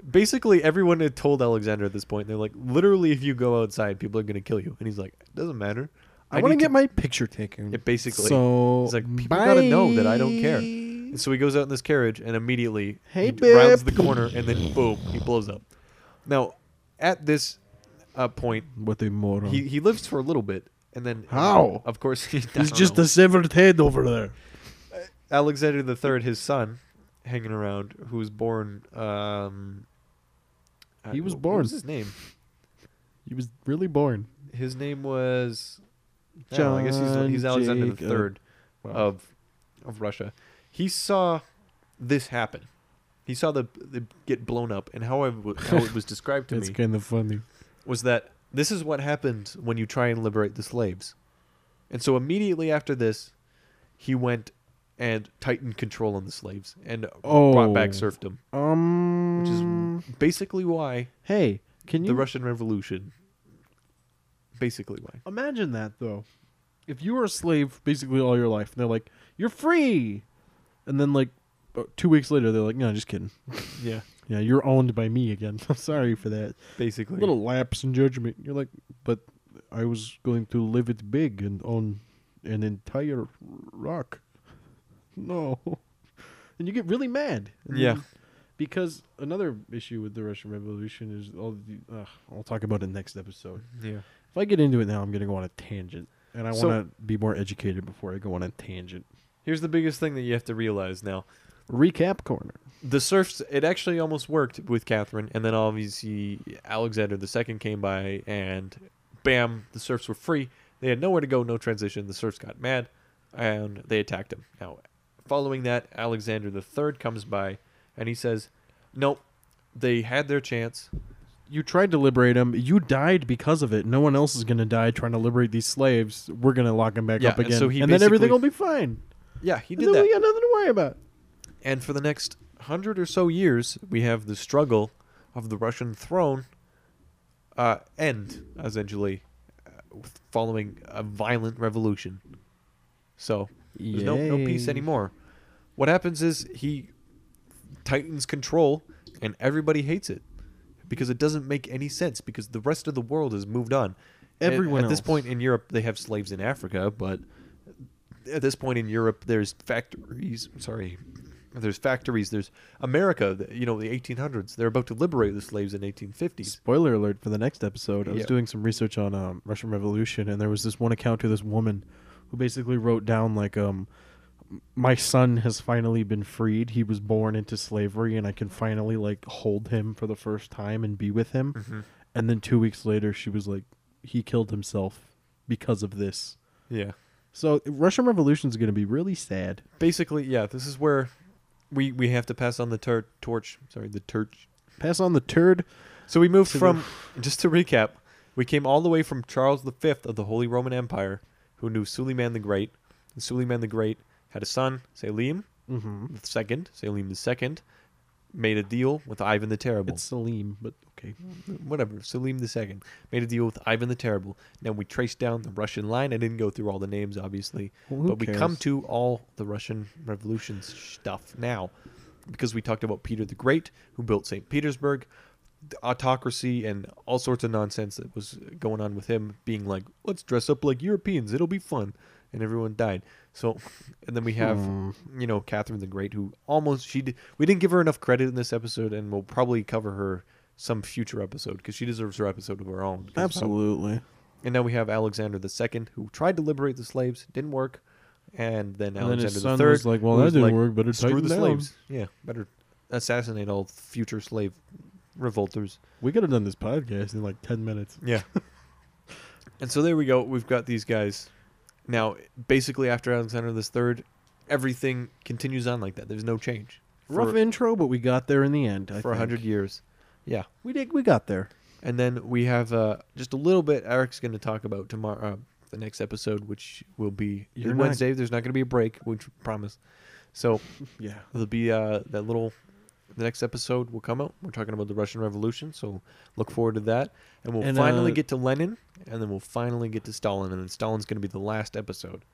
A: basically everyone had told Alexander at this point they're like literally if you go outside people are gonna kill you, and he's like it doesn't matter.
B: I, want to
A: need
B: get my picture taken.
A: Yeah, basically.
B: So
A: He's like, people gotta know that I don't care. And so he goes out in this carriage and immediately
B: Hey,
A: he rounds
B: babe.
A: the corner and then boom, he blows up. Now, at this uh, point,
B: What a moron!
A: he, he lives for a little bit and then
B: Hmm. How?
A: Of course, he,
B: He's just a severed head over there.
A: Alexander the Third, his son, hanging around, who was born. Um, uh,
B: He was
A: wh- what
B: born.
A: was his name?
B: He was really born.
A: His name was. I don't know, I guess he's, he's
B: John
A: Alexander the
B: Jacob.
A: Third.
B: Oh,
A: of of Russia. He saw this happen. He saw the, the get blown up, and how I w- how it was described to
B: it's
A: me
B: kind of funny.
A: was that this is what happens when you try and liberate the slaves. And so immediately after this, he went and tightened control on the slaves and brought
B: Oh.
A: back serfdom,
B: Um,
A: which is basically why
B: hey, can
A: the
B: you
A: Russian Revolution. Basically, why?
B: imagine that though? If you were a slave basically all your life, and they're like, "You're free," and then like uh, two weeks later, they're like, "No, just kidding."
A: Yeah.
B: Yeah, you're owned by me again. I'm sorry for that.
A: Basically,
B: little lapse in judgment. You're like, but I was going to live it big and own an entire rock. No. And you get really mad. And
A: Yeah.
B: then- Because another issue with the Russian Revolution is all the. Uh, I'll talk about it next episode.
A: yeah.
B: If I get into it now, I'm going to go on a tangent. And I
A: So-
B: want to be more educated before I go on a tangent.
A: Here's the biggest thing that you have to realize now:
B: Recap corner.
A: the serfs. It actually almost worked with Catherine, and then obviously Alexander II came by, and bam, the serfs were free. They had nowhere to go, no transition. The serfs got mad, and they attacked him. Now, following that, Alexander III comes by, and he says, "Nope, they had their chance.
B: You tried to liberate them. You died because of it. No one else is going to die trying to liberate these slaves. We're going to lock them back
A: Yeah,
B: up
A: and
B: again.
A: so he
B: and then everything
A: basically-
B: will be fine.
A: Yeah, he
B: And
A: did
B: then
A: that."
B: we got nothing to worry about.
A: And for the next hundred or so years, we have the struggle of the Russian throne uh, end, essentially, uh, following a violent revolution. So there's no, no peace
B: Yay.
A: anymore. What happens is he tightens control, and everybody hates it because it doesn't make any sense because the rest of the world has moved on. At-
B: Everyone
A: at, this
B: else.
A: point in Europe, they have slaves in Africa, but at this point in Europe, there's factories. Sorry, there's factories. There's America. th- You know, the 1800s. They're about to liberate the slaves in 1850s.
B: Spoiler alert for the next episode. I was
A: Yeah.
B: doing some research on um, Russian Revolution, and there was this one account of this woman who basically wrote down like, um, "My son has finally been freed. He was born into slavery, and I can finally like hold him for the first time and be with him."
A: Mm-hmm.
B: And then two weeks later, she was like, "He killed himself because of this."
A: Yeah.
B: So Russian Revolution is going to be really sad.
A: Basically, yeah. This is where we we have to pass on the tur- torch. Sorry, the torch.
B: Pass on the turd.
A: So we moved
B: To the-
A: from just to recap, we came all the way from Charles V of the Holy Roman Empire, who knew Suleiman the Great. And Suleiman the Great had a son, Selim
B: Mm-hmm.
A: the Second. Selim the Second made a deal with Ivan the Terrible.
B: It's Salim, but okay.
A: whatever, Selim II made a deal with Ivan the Terrible. Now we traced down the Russian line. I didn't go through all the names, obviously,
B: Well, who
A: but we come
B: cares?
A: to all the Russian Revolution stuff now because we talked about Peter the Great, who built St. Petersburg, the autocracy, and all sorts of nonsense that was going on with him being like, let's dress up like Europeans, it'll be fun. And everyone died. So, and then we have,
B: Hmm.
A: you know, Catherine the Great, who almost, she did, we didn't give her enough credit in this episode, and we'll probably cover her some future episode because she deserves her episode of her own. 'Cause how-
B: Absolutely.
A: and now we have Alexander II, who tried to liberate the slaves, didn't work, and then
B: And then
A: Alexander
B: his son
A: III
B: was like, "Well,
A: who
B: that
A: was
B: didn't
A: like,
B: work. Better
A: Screw
B: tighten
A: the
B: down."
A: slaves. Yeah, better assassinate all future slave revolters.
B: We could have done this podcast in like ten minutes.
A: Yeah. and so there we go. We've got these guys. Now, basically, after Alexander III, everything continues on like that. There's no change for,
B: Rough intro, but we got there in the end. I
A: for
B: think.
A: 100 years. Yeah.
B: we did. We got there.
A: And then we have uh, just a little bit. Eric's going to talk about tomorrow, uh, the next episode, which will be
B: You're
A: in
B: not-
A: Wednesday. There's not going to be a break, which we promise. So
B: Yeah.
A: there'll be uh, that little. The next episode will come out. We're talking about the Russian Revolution, so look forward to that. And we'll
B: And,
A: finally
B: uh,
A: get to Lenin, and then we'll finally get to Stalin, and then Stalin's going to be the last episode.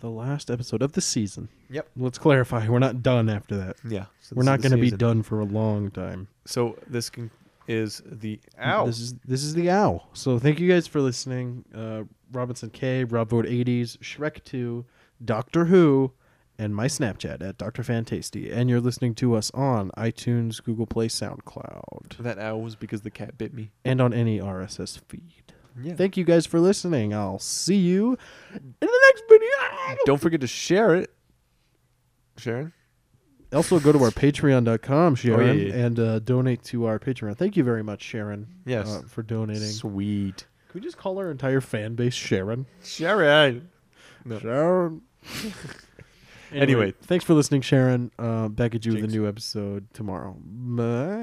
B: The last episode of the season.
A: Yep.
B: Let's clarify. We're not done after that.
A: Yeah, so
B: We're
A: this
B: not
A: is the
B: going to be
A: season.
B: done for a long time.
A: So this can, is the ow.
B: This is this is the owl. So thank you guys for listening. Uh, Robinson K, Rob Vote 80s, Shrek 2, Doctor Who, and my Snapchat at Dr. Fantasty. And you're listening to us on iTunes, Google Play, SoundCloud,
A: that ow was because the cat bit me.
B: and on any RSS feed.
A: Yeah.
B: Thank you guys for listening. I'll see you in the next video.
A: Don't forget to share it, Sharon.
B: Also, go to our patreon.com, Sharon,
A: Oh, yeah, yeah.
B: and uh, donate to our Patreon. Thank you very much, Sharon,
A: Yes.
B: uh, for donating.
A: Sweet.
B: Can we just call our entire fan base Sharon?
A: Sharon. No.
B: Sharon. anyway,
A: Anyway.
B: thanks for listening, Sharon. Uh, back at you with
A: Jinx.
B: a new episode tomorrow. Bye.
A: what
B: I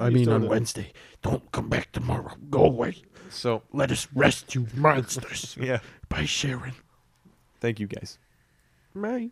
A: are you
B: mean,
A: still
B: on
A: doing?
B: Wednesday. Don't come back tomorrow. Go away.
A: So,
B: Let us rest, you monsters.
A: yeah.
B: Bye, Sharon.
A: Thank you guys.
B: Bye.